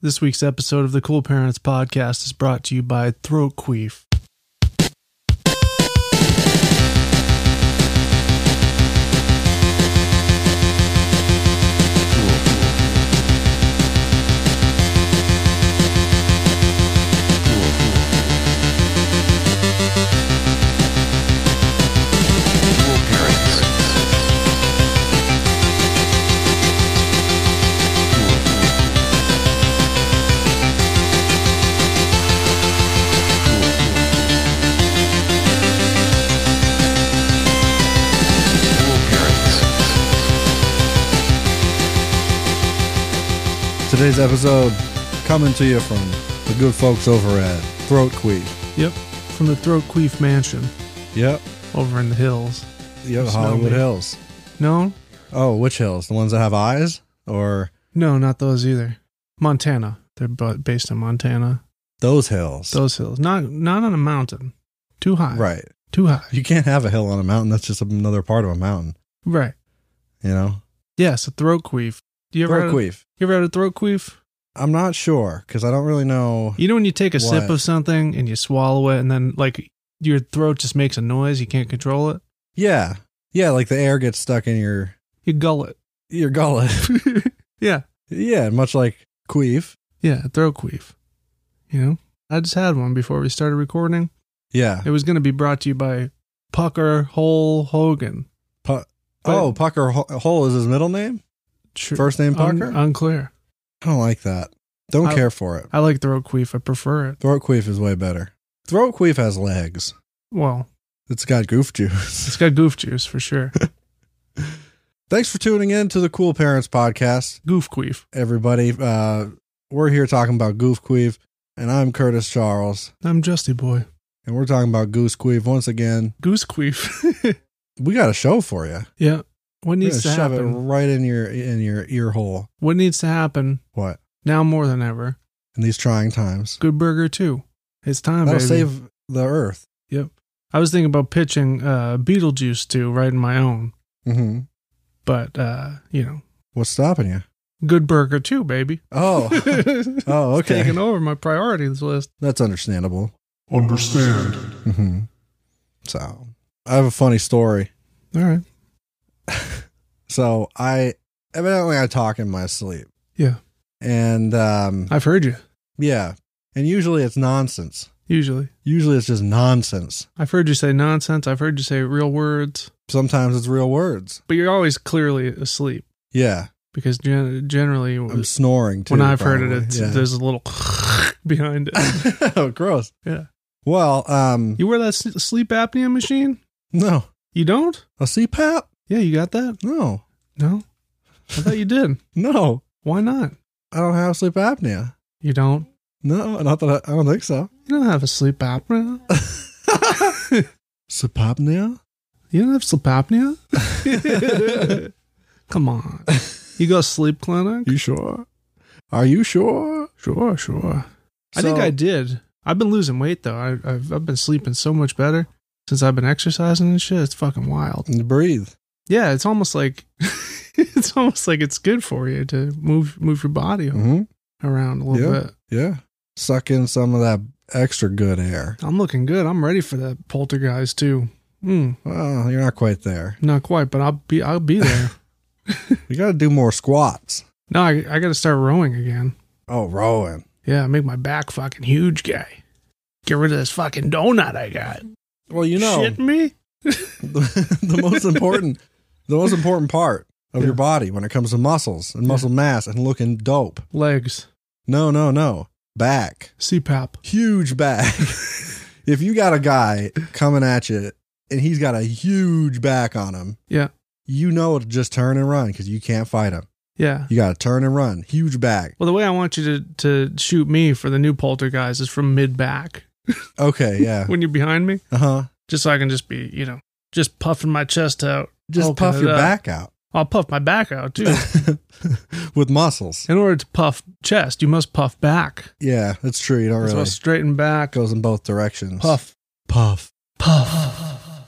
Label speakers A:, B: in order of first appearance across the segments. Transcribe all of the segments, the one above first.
A: This week's episode of the Cool Parents Podcast is brought to you by Throat Queef.
B: Today's episode coming to you from the good folks over at Throat Queef.
A: Yep, from the Throat Queef Mansion
B: Yep.
A: over in the hills.
B: Yep.
A: Smell
B: Hollywood
A: me.
B: Hills.
A: No,
B: Oh, which hills? The ones that have eyes? Or
A: no, not those either. Montana. They're bu- based in Montana.
B: those hills?
A: Those hills, not not on a mountain, too high.
B: right.
A: too high.
B: You can't have a hill on a mountain. That's just another part of a mountain,
A: Right.
B: you know?
A: Yes, a throat queef. You ever
B: Throat
A: had a,
B: Queef.
A: You ever had a throat queef?
B: I'm not sure because I don't really know.
A: You know when you take a sip
B: What?
A: of something and you swallow it, and then like your throat just makes a noise, you can't control it.
B: Yeah. Yeah. Like the air gets stuck in your,
A: You gull it.
B: your gullet.
A: yeah,
B: yeah. Much like Queef.
A: yeah, a throat queef. You know, I just had one before we started recording.
B: Yeah.
A: It was going to be brought to you by Pucker Hole Hogan.
B: Pu-
A: But-
B: oh, Pucker Ho- Hole is his middle name?
A: Sure.
B: First name Pucker?
A: unclear.
B: I don't like that. Don't
A: um, uh, I-
B: care for it.
A: I like throat queef. I prefer it.
B: Throat queef is way better. Throat queef has legs.
A: Well,
B: It's got goof juice.
A: it's got goof juice for sure.
B: Thanks for tuning in to the Cool Parents Podcast,
A: goof queef.
B: everybody. Uh, we're here talking about goof queef, and I'm Curtis Charles,
A: I'm Justy Boy.
B: and we're talking about goose queef once again.
A: Goose queef.
B: We got a show for you.
A: yeah. What
B: We're
A: needs to
B: gonna shove it
A: happen?
B: right in your in your ear hole.
A: What needs to happen
B: What
A: now more than ever?
B: in these trying times?
A: Good Burger 2. It's time,
B: That'll
A: baby.
B: save the earth.
A: Yep. I was thinking about pitching uh, Beetlejuice 2 right in my own,
B: hmm
A: but, uh, you know,
B: What's stopping you?
A: Good Burger 2, baby.
B: Oh, oh,
A: It's Taking
B: okay.
A: over my priorities list.
B: That's understandable.
C: Understand.
B: hmm So I have a funny story.
A: All right.
B: So I evidently I talk in my sleep.
A: Yeah.
B: And um
A: I've heard you,
B: yeah. And usually it's nonsense.
A: usually.
B: Usually it's just nonsense.
A: I've heard you say nonsense. I've heard you say real words,
B: Sometimes it's real words.
A: but you're always clearly asleep
B: Yeah.
A: because gen- generally
B: I'm snoring too.
A: when I've heard it,
B: probably.
A: it's,
B: Yeah.
A: there's a little behind it.
B: oh, gross.
A: Yeah.
B: Well, um
A: You wear that s- sleep apnea machine?
B: no.
A: You don't?
B: A CPAP?
A: Yeah, you got that?
B: No.
A: No? I thought you did.
B: No.
A: Why not?
B: I don't have sleep apnea.
A: You don't?
B: No, not that I, I don't think so.
A: You don't have a sleep apnea?
B: Sleep apnea?
A: You don't have sleep apnea? Come on. You go to sleep clinic?
B: You sure? Are you sure?
A: Sure, sure. I think
B: So-
A: I did. I've been losing weight though. I, I've I've been sleeping so much better since I've been exercising and shit. It's fucking wild.
B: breathe.
A: Yeah, it's almost like it's almost like it's good for you to move move your body
B: Mm-hmm.
A: around a little
B: Yeah.
A: bit.
B: Yeah. Suck in some of that extra good air.
A: I'm looking good. I'm ready for that poltergeist too. Mm,
B: Well, you're not quite there.
A: not quite, but I'll be I'll be there.
B: You got to do more squats.
A: no, I I got to start rowing again.
B: Oh, rowing.
A: Yeah, make my back fucking huge, guy. Get rid of this fucking donut I got.
B: Well, you know,
A: Shitting me?
B: the, the most important, the most important part of
A: Yeah.
B: your body when it comes to muscles and
A: Yeah.
B: muscle mass and looking dope.
A: Legs,
B: No, no, no. Back.
A: CPAP.
B: Huge back. if you got a guy coming at you and he's got a huge back on him,
A: Yeah,
B: you know to just turn and run because you can't fight him.
A: yeah.
B: You got to turn and run. Huge back.
A: Well, the way I want you to, to shoot me for the new poltergeist is from mid back
B: Okay, yeah.
A: when you're behind me,
B: Uh huh.
A: just so I can just be, you know, just puffing my chest out.
B: Just
A: Open
B: puff
A: it
B: your
A: up.
B: back out
A: I'll puff my back out too.
B: with muscles.
A: In order to puff chest, you must puff back.
B: Yeah, that's true. You don't
A: So I
B: Oh, really
A: straighten back,
B: goes in both directions.
A: puff,
B: puff.
A: puff.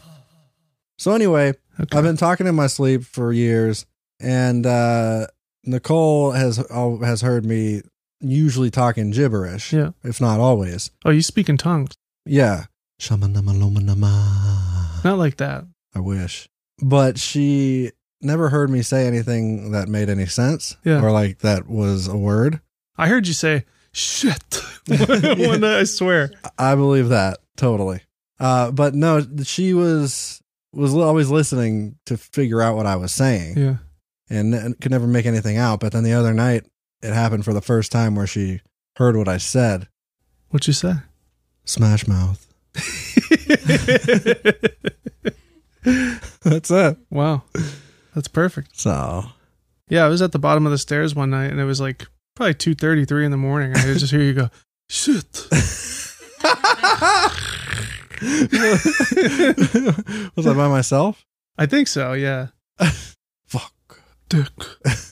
B: So anyway,
A: Okay.
B: I've been talking in my sleep for years, and uh, Nicole has al- has heard me usually talking gibberish,
A: Yeah.
B: if not always.
A: Oh, you speak in tongues.
B: Yeah. Shamanamalomanama.
A: Not like that.
B: I wish. But she never heard me say anything that made any sense
A: Yeah.
B: or like that was a word.
A: I heard you say shit one night, I swear.
B: I believe that totally. Uh, but no, she was was always listening to figure out what I was saying.
A: Yeah.
B: and n- could never make anything out. But then the other night, it happened for the first time where she heard what I said.
A: What you say?
B: Smash mouth. That's it.
A: wow. That's perfect.
B: So
A: Yeah, I was at the bottom of the stairs one night and it was like probably 2.30, 3 in the morning. I could just hear you go, shit.
B: was I by myself?
A: I think so, yeah.
B: Fuck.
A: Dick.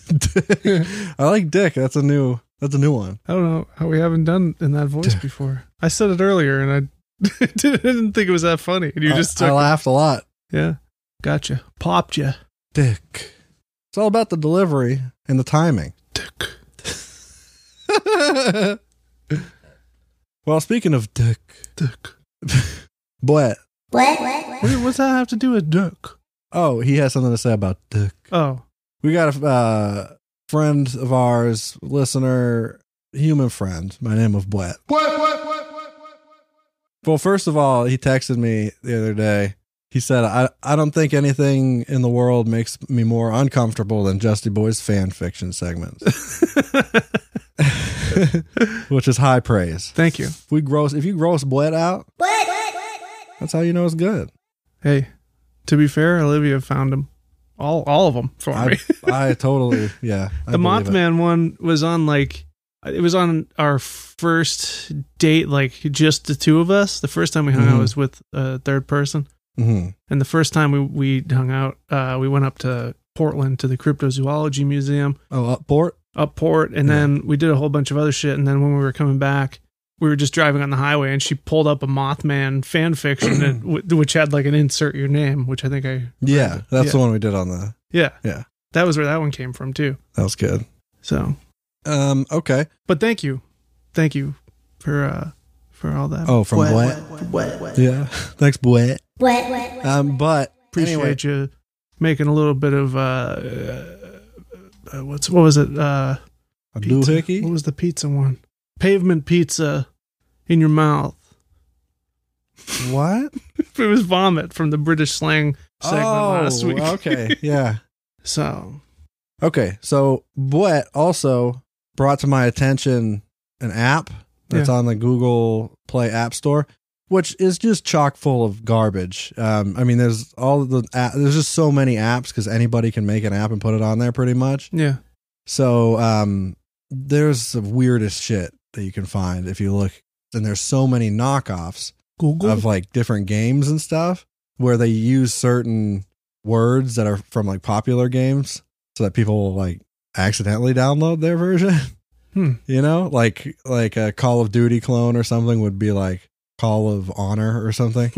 B: Dick. I like Dick. That's a new. That's a new one.
A: I don't know how we haven't done in that voice
B: Dick.
A: before. I said it earlier and I didn't think it was that funny. And you
B: I-
A: just
B: I,
A: took it.
B: laughed a lot.
A: Yeah. Gotcha. Popped you.
B: Dick. It's all about the delivery and the timing.
A: Dick.
B: well, speaking of Dick,
A: Dick.
B: but
C: What? What?
A: What, what's that have to do with dick?
B: oh, he has something to say about Dick.
A: Oh.
B: We got a uh, friend of ours, listener, human friend, by name of Blet. Well, first of all, he texted me the other day. He said, I, I don't think anything in the world makes me more uncomfortable than Justy Boy's fan fiction segments, which is high praise.
A: Thank you.
B: If, we gross, if you gross Blet out, that's how you know it's good.
A: Hey, to be fair, Olivia found him. All all of them for
B: I,
A: me.
B: I totally, yeah. I
A: the
B: believe it.
A: Mothman one was on like it was on our first date, like just the two of us. The first time we hung out
B: Mhm.
A: was with a third person,
B: Mhm.
A: and the first time we we hung out, uh, we went up to Portland to the Cryptozoology Museum
B: Oh, up port?
A: up port, and
B: Yeah.
A: then we did a whole bunch of other shit. And then when we were coming back. We were just driving on the highway, and she pulled up a Mothman fan fiction, and, w- which had like an insert your name, which I think I
B: Yeah, that's
A: Yeah.
B: the one we did on the.
A: Yeah.
B: Yeah.
A: That was where that one came from too.
B: That was good.
A: So,
B: Um. Okay.
A: but thank you. Thank you for uh for all that.
B: Oh, from Bwet. Yeah. Thanks, Bwet.
C: What?
B: Um. But
A: Appreciate
B: anyway,
A: you making a little bit of uh, uh uh, what's what was it? Uh
B: a
A: pizza. What
B: doohickey.
A: was the pizza one? Pavement pizza in your mouth.
B: What?
A: It was vomit from the British slang segment last week.
B: Oh, okay. Yeah.
A: So,
B: Okay. So Bwet also brought to my attention an app that's
A: Yeah.
B: on the Google Play App Store, which is just chock full of garbage. Um. I mean, there's all the app, there's just so many apps because anybody can make an app and put it on there, pretty much.
A: yeah.
B: So um, there's the weirdest shit that you can find if you look. And there's so many knockoffs
A: Google.
B: of like different games and stuff where they use certain words that are from like popular games so that people will like accidentally download their version.
A: Hmm.
B: You know, like like a Call of Duty clone or something would be like Call of Honor or something.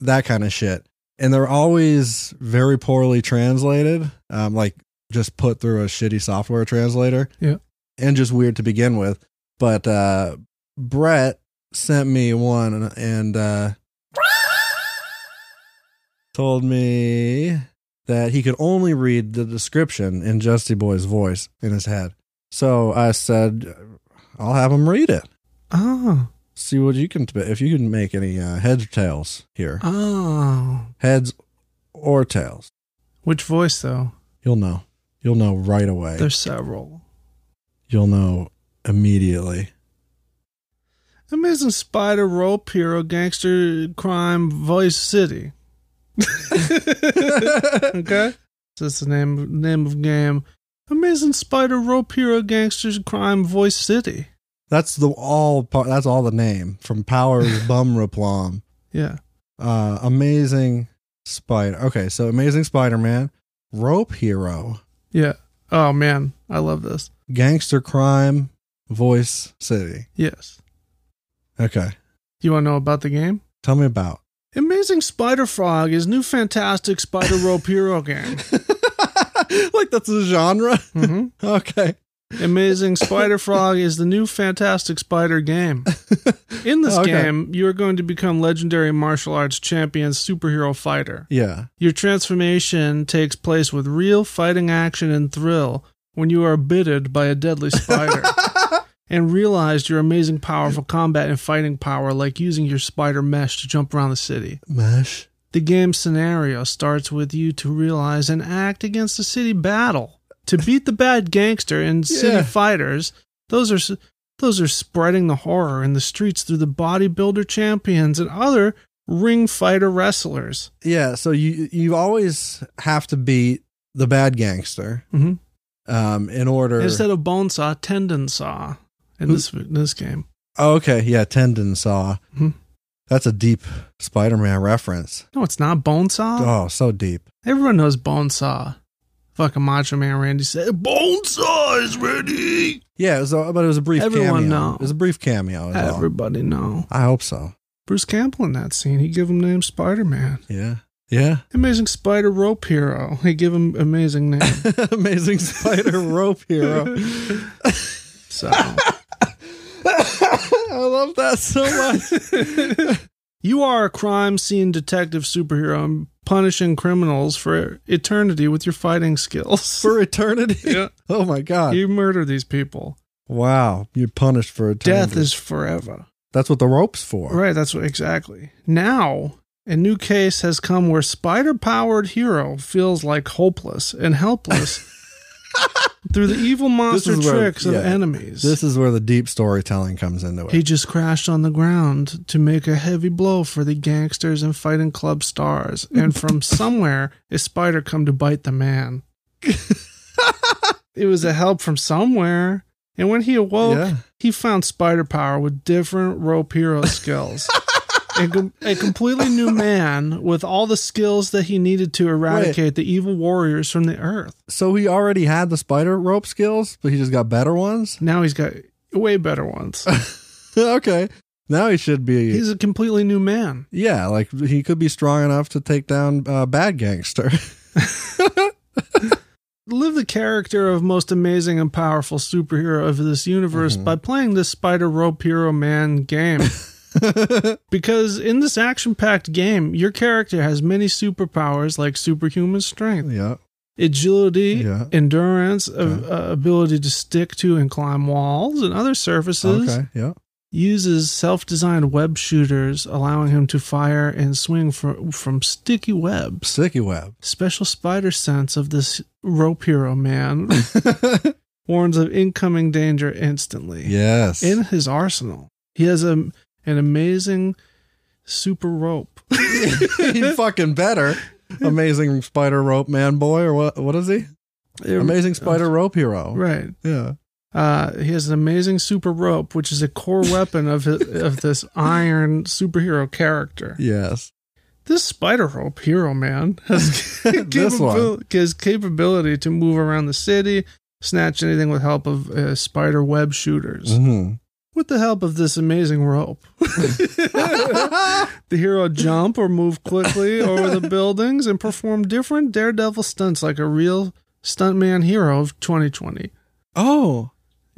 B: that kind of shit. And they're always very poorly translated. Um like just put through a shitty software translator.
A: Yeah.
B: And just weird to begin with. But uh Brett sent me one and, and uh told me that he could only read the description in Justy Boy's voice in his head. So I said, I'll have him read it.
A: oh.
B: See what you can, if you can make any uh, heads or tails here.
A: Oh.
B: Heads or tails.
A: Which voice though?
B: You'll know. You'll know right away.
A: There's several.
B: You'll know immediately.
A: Amazing Spider Rope Hero Gangster Crime Vice City. okay? That's the name name of game. Amazing Spider Rope Hero Gangsters Crime Voice City.
B: That's the all. pa- That's all the name from Powers Bum Replom.
A: Yeah.
B: Uh, amazing Spider. Okay, so Amazing Spider-Man, Rope Hero,
A: Yeah. Oh man, I love this.
B: Gangster Crime, Voice City.
A: Yes.
B: Okay,
A: You wanna know about the game?
B: tell me about.
A: Amazing Spider Frog is new fantastic Spider Rope Hero game.
B: like that's a genre.
A: hmm
B: Okay,
A: Amazing Spider Frog is the new Fantastic Spider game. In this
B: Okay.
A: game, you are going to become legendary martial arts champion superhero fighter.
B: yeah.
A: Your transformation takes place with real fighting action and thrill when you are bitted by a deadly spider and realize your amazing, powerful combat and fighting power, like using your spider mesh to jump around the city.
B: Mesh.
A: The game scenario starts with you to realize and act against a city battle to beat the bad gangster and city
B: Yeah.
A: fighters. Those are s- those are spreading the horror in the streets through the bodybuilder champions and other ring fighter wrestlers.
B: Yeah. So you you always have to beat the bad gangster
A: Mm-hmm.
B: um, in order.
A: Instead of bone saw, tendon saw in
B: Who-
A: this in this game.
B: oh, okay. Yeah. Tendon saw.
A: Mhm.
B: That's a deep Spider-Man reference.
A: No, it's not bone saw.
B: Oh, so deep.
A: Everyone knows bone saw. Fucking Macho Man Randy said, "Bone saw is ready."
B: Yeah. It was a, but it was a brief
A: Everyone
B: cameo.
A: know.
B: It was a brief cameo. is all.
A: Everybody know.
B: I hope so.
A: Bruce Campbell in that scene. He give him name Spider Man.
B: Yeah. Yeah.
A: Amazing Spider Rope Hero. He give him amazing name.
B: Amazing Spider Rope Hero.
A: so
B: I love that so much.
A: you are a crime scene detective superhero and punishing criminals for eternity with your fighting skills.
B: for eternity.
A: Yeah.
B: Oh my god.
A: you murder these people.
B: wow. You're punished for eternity.
A: Death is forever.
B: That's what the rope's for.
A: Right, that's what exactly. Now, a new case has come where spider powered hero feels like hopeless and helpless through the evil monster
B: is where-
A: tricks
B: yeah.
A: of enemies.
B: This is where the deep storytelling comes into it.
A: he just crashed on the ground to make a heavy blow for the gangsters and fighting club stars, and from somewhere a spider come to bite the man. it was a help from somewhere, and when he awoke,
B: yeah.
A: he found spider power with different rope hero skills. A, com- a completely new man with all the skills that he needed to eradicate the evil warriors from the earth.
B: So he already had the spider rope skills, but he just got better ones.
A: Now he's got way better ones.
B: okay. Now he should be.
A: He's a completely new man.
B: yeah, like he could be strong enough to take down uh, bad gangster.
A: Live the character of most amazing and powerful superhero of this universe
B: Mhm.
A: by playing this spider rope hero man game. because in this action packed game, your character has many superpowers like superhuman strength,
B: yeah.
A: agility,
B: Yeah.
A: endurance,
B: Okay.
A: of, uh, ability to stick to and climb walls and other surfaces.
B: Okay. Yeah.
A: Uses self-designed web shooters, allowing him to fire and swing from from sticky webs.
B: Sicky web.
A: Special spider sense of this rope hero man warns of incoming danger instantly.
B: yes.
A: In his arsenal, he has a an amazing super rope.
B: he fucking better. Amazing spider rope man boy, or what? What is he? Amazing spider rope hero.
A: right.
B: Yeah.
A: Uh, he has an amazing super rope, which is a core weapon of his, of this iron superhero character.
B: Yes.
A: This spider rope hero man has,
B: This one.
A: has capability to move around the city, snatch anything with help of uh, spider web shooters.
B: Mhm.
A: With the help of this amazing rope, the hero jump or move quickly over the buildings and perform different daredevil stunts like a real stuntman hero of 2020.
B: oh.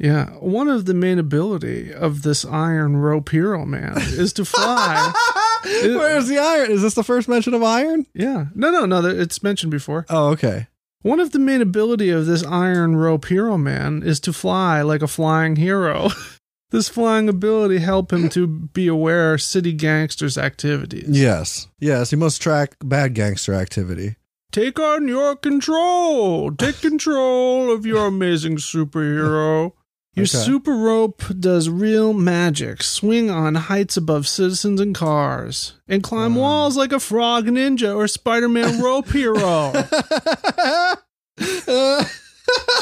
A: Yeah, one of the main ability of this iron rope hero man is to fly.
B: Where's the iron? Is this the first mention of iron?
A: yeah, no, no, no. th- It's mentioned before.
B: Oh, okay.
A: One of the main ability of this iron rope hero man is to fly like a flying hero. this flying ability help him to be aware of city gangsters' activities.
B: Yes. Yes. He must track bad gangster activity.
A: Take on your control. Take control of your amazing superhero. Your
B: Okay.
A: super rope does real magic. Swing on heights above citizens and cars, and climb
B: Wow.
A: walls like a frog ninja or Spider-Man rope hero.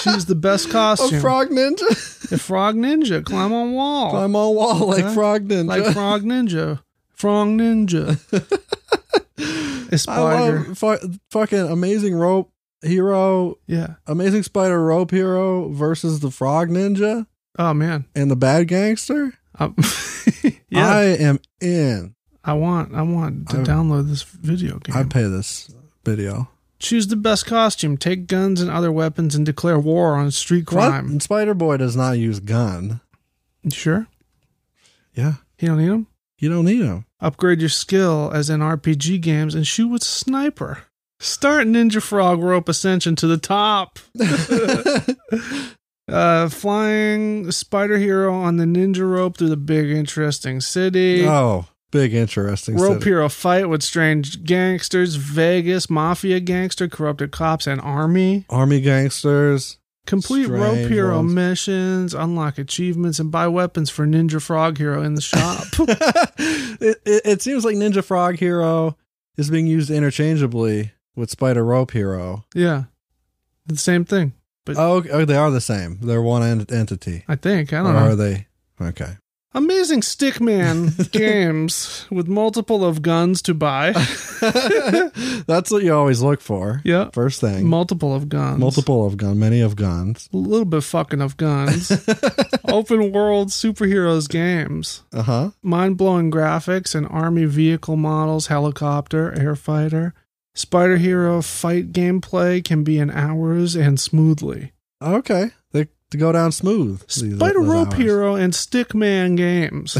A: Choose the best costume.
B: A frog ninja.
A: The frog ninja climb on wall
B: Climb on wall like
A: Okay.
B: frog ninja.
A: like frog ninja. Frog ninja. A
B: I
A: spider.
B: love fu- fucking amazing rope hero,
A: yeah.
B: amazing spider rope hero versus the frog ninja
A: Oh man.
B: and the bad gangster.
A: Um, yeah.
B: I am in.
A: I want I want to
B: I-
A: download this video game.
B: I pay this video.
A: Choose the best costume, take guns and other weapons, and declare war on street crime.
B: What? Spider Boy does not use gun.
A: You sure?
B: Yeah,
A: You don't need them?
B: you don't need him.
A: Upgrade your skill as in RPG games and shoot with sniper. Start Ninja Frog Rope Ascension to the top. Uh, flying spider hero on the ninja rope through the big interesting city.
B: oh, big interesting.
A: Rope
B: city.
A: hero fight with strange gangsters, Vegas mafia gangster, corrupted cops, and army.
B: Army gangsters.
A: Complete
B: Strange
A: rope hero
B: ones.
A: missions, unlock achievements, and buy weapons for Ninja Frog Hero in the shop.
B: it, it, it seems like Ninja Frog Hero is being used interchangeably with Spider Rope Hero.
A: yeah, the same thing.
B: Oh, oh they are the same. They're one ent- entity.
A: I think I don't
B: or
A: know.
B: Are they? Okay.
A: Amazing Stickman games with multiple of guns to buy.
B: That's what you always look for.
A: Yeah,
B: First thing.
A: multiple of guns.
B: Multiple of gun, many of guns.
A: a little bit fucking of guns. Open world superheroes games.
B: Uh huh.
A: Mind blowing graphics and army vehicle models, helicopter, air fighter. Spider Hero fight gameplay can be in hours and smoothly.
B: Okay. They to go down smooth. these-
A: Spider
B: those
A: Rope
B: hours.
A: Hero and Stickman games.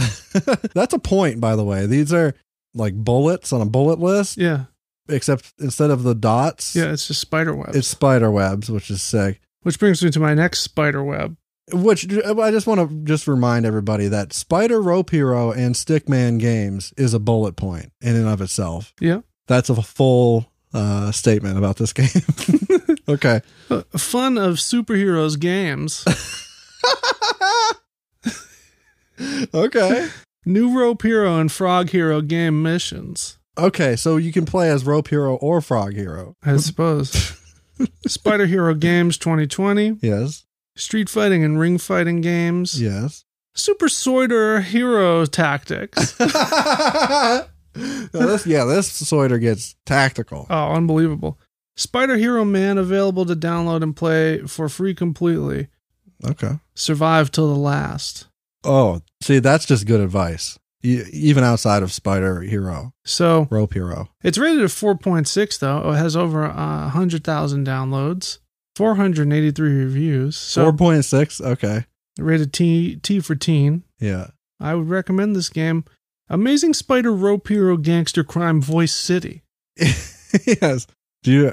B: That's a point, by the way. These are like bullets on a bullet list,
A: yeah,
B: except instead of the dots,
A: yeah, it's just spider webs.
B: it's spider webs, which is sick.
A: Which brings me to my next spider web.
B: Which I just want to just remind everybody that Spider Rope Hero and Stickman Games is a bullet point in and of itself.
A: Yeah.
B: That's a full uh, statement about this game. okay.
A: Uh, fun of superheroes games.
B: Okay.
A: New Rope Hero and Frog Hero game missions.
B: Okay, so you can play as Rope Hero or Frog Hero.
A: I suppose. Spider Hero Games 2020,
B: Yes.
A: Street Fighting and Ring Fighting Games,
B: Yes.
A: Super Soider Hero Tactics.
B: Now this- yeah, this Soiter gets tactical.
A: Oh, unbelievable. Spider Hero Man available to download and play for free completely.
B: Okay.
A: Survive till the last.
B: Oh, see, that's just good advice. E- even outside of Spider Hero,
A: So
B: Rope Hero.
A: it's rated at 4.6, though. It has over uh, 100,000 downloads, 483 reviews. So
B: 4.6. Okay.
A: rated T, T for teen.
B: Yeah.
A: I would recommend this game. Amazing Spider Rope Hero Gangster Crime Voice City.
B: yes. Do you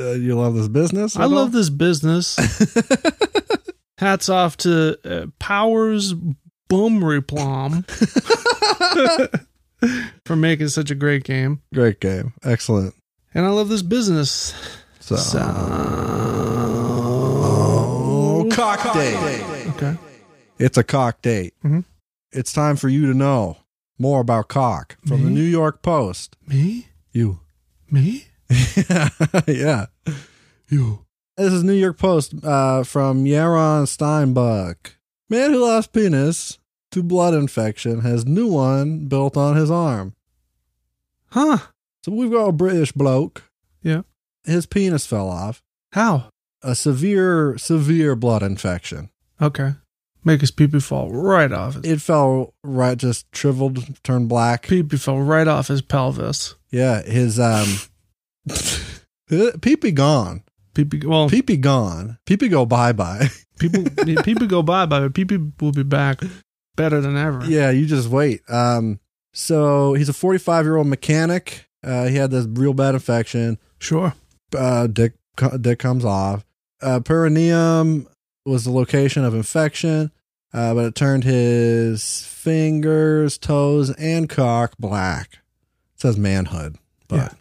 B: uh, you love this business?
A: I love this business.
B: this.
A: Hats off to uh, Powers Boomreplom for making such a great game.
B: Great game. Excellent.
A: And I love this business.
B: So,
A: So-
B: cock day.
A: Okay.
B: It's a cock date.
A: Mhm.
B: It's time for you to know more about cock from the
A: Me?
B: New York Post.
A: Me?
B: You.
A: Me?
B: yeah. You. This is New York Post uh, from Yaron Steinbuck. Man who lost penis to blood infection has new one built on his arm.
A: Huh.
B: So we've got a British bloke.
A: Yeah.
B: His penis fell off.
A: How?
B: A severe, severe blood infection.
A: Okay. Make his pee pee fall right off. His,
B: It fell right, just shriveled, turned black.
A: pee pee fell right off his pelvis.
B: Yeah, his um, peepee gone,
A: Pee pee. Well,
B: peepee gone, peepee go bye bye.
A: people people go bye bye, but pee pee will be back better than ever.
B: yeah, you just wait. Um, so he's a 45 year old mechanic. Uh, he had this real bad infection.
A: Sure.
B: Uh, dick co- dick comes off. Uh, perineum was the location of infection, uh, but it turned his fingers, toes, and cock black. It says manhood, but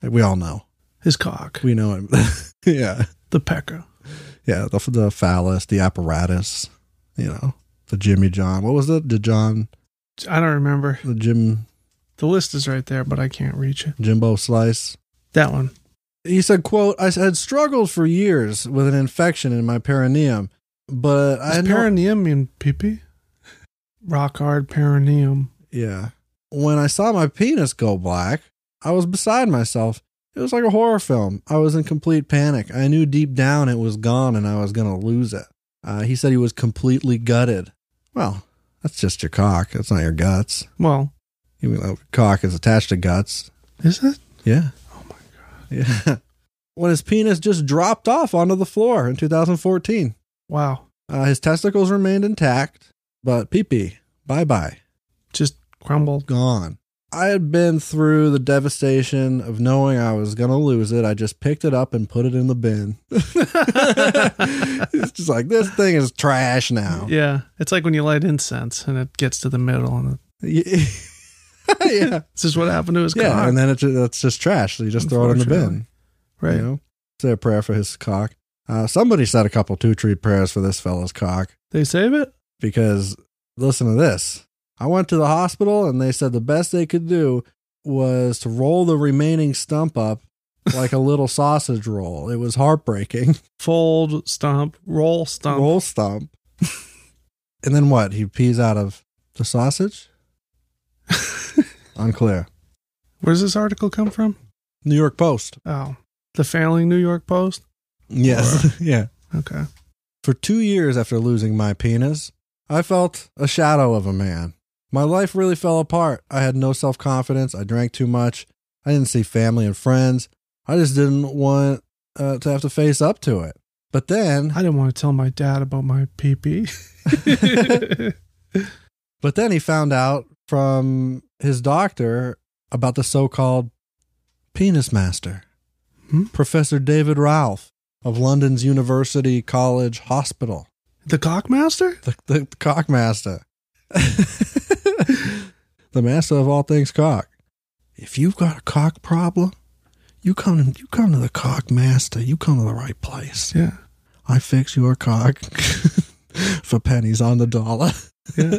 B: we all know.
A: His cock.
B: We know him. yeah.
A: The pecker.
B: Yeah, the the phallus, the apparatus, you know, the Jimmy John. What was it? The John,
A: I don't remember.
B: the Jim
A: The list is right there, but I can't reach it.
B: Jimbo Slice.
A: That one.
B: He said, "quote I had struggled for years with an infection in my perineum, but I
A: Does
B: know-
A: perineum mean pee-pee? Rock hard perineum.
B: yeah. When I saw my penis go black, I was beside myself. It was like a horror film. I was in complete panic. I knew deep down it was gone and I was gonna lose it." Uh, he said he was completely gutted. Well, that's just your cock. That's not your guts.
A: Well,
B: even though cock is attached to guts.
A: is it?
B: Yeah. Oh my god. Yeah. when his penis just dropped off onto the floor in 2014.
A: Wow.
B: Uh, his testicles remained intact, but pee pee, bye bye,
A: Just crumbled.
B: gone. I had been through the devastation of knowing I was going to lose it. I just picked it up and put it in the bin. it's just like, this thing is trash now.
A: Yeah. It's like when you light incense and it gets to the middle and
B: Yeah. yeah.
A: this is what happened to his
B: Yeah,
A: cock.
B: and then it's that's just trash. So you just throw it in the bin.
A: Unfortunately. right.
B: You know? Say a prayer for his cock. Uh, somebody said a couple two tree prayers for this fella's cock
A: They save it?
B: because listen to this. I went to the hospital and they said the best they could do was to roll the remaining stump up like a little sausage roll. It was heartbreaking.
A: Fold, stomp, roll, stomp.
B: Roll stump. and then what? He pees out of the sausage? Unclear.
A: Where does this article come from?
B: New York Post.
A: Oh, the failing New York Post?
B: Yes. yeah.
A: Okay.
B: For two years after losing my penis, I felt a shadow of a man. My life really fell apart. I had no self confidence. I drank too much. I didn't see family and friends. I just didn't want uh, to have to face up to it. But then,
A: I didn't want to tell my dad about my pee pee.
B: but then he found out from his doctor about the so called penis master,
A: Hmm?
B: Professor David Ralph of London's University College Hospital.
A: the cockmaster?
B: the, the, the cock master, the master of all things cock. If you've got a cock problem, you come you come to the cock master. You come to the right place.
A: Yeah.
B: I fix your cock for pennies on the dollar.
A: Yeah.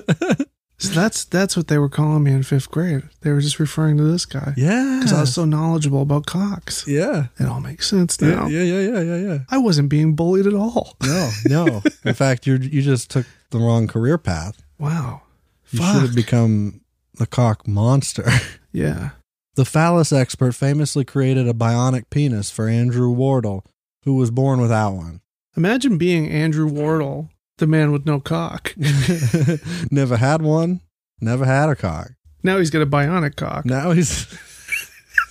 A: so that's that's what they were calling me in fifth grade. They were just referring to this guy
B: Yeah,
A: because I was so knowledgeable about cocks.
B: yeah.
A: It all makes sense
B: yeah,
A: now.
B: yeah, yeah, yeah, yeah, yeah.
A: I wasn't being bullied at all.
B: No, no. In fact, you you just took the wrong career path.
A: Wow.
B: You
A: Fuck.
B: should have become the cock monster.
A: yeah.
B: The phallus expert famously created a bionic penis for Andrew Wardle, who was born without one.
A: Imagine being Andrew Wardle, the man with no cock.
B: never had one, never had a cock.
A: Now he's got a bionic cock.
B: Now he's.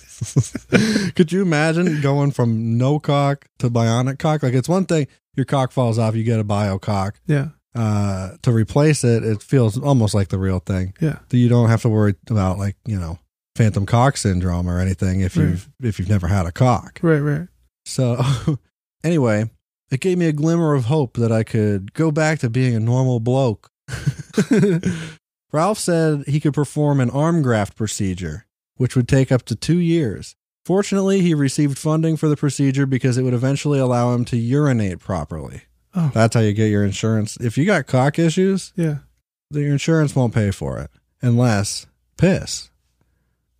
B: Could you imagine going from no cock to bionic cock? Like, it's one thing your cock falls off, you get a bio cock.
A: Yeah.
B: Uh, to replace it, it feels almost like the real thing.
A: Yeah.
B: You don't have to worry about, like, you know, phantom cock syndrome or anything if
A: Right.
B: you've if you've never had a cock.
A: Right, right.
B: So, anyway, it gave me a glimmer of hope that I could go back to being a normal bloke. Ralph said he could perform an arm graft procedure, which would take up to two years. Fortunately, he received funding for the procedure because it would eventually allow him to urinate properly.
A: Oh.
B: That's how you get your insurance. If you got cock issues,
A: Yeah.
B: the insurance won't pay for it unless piss.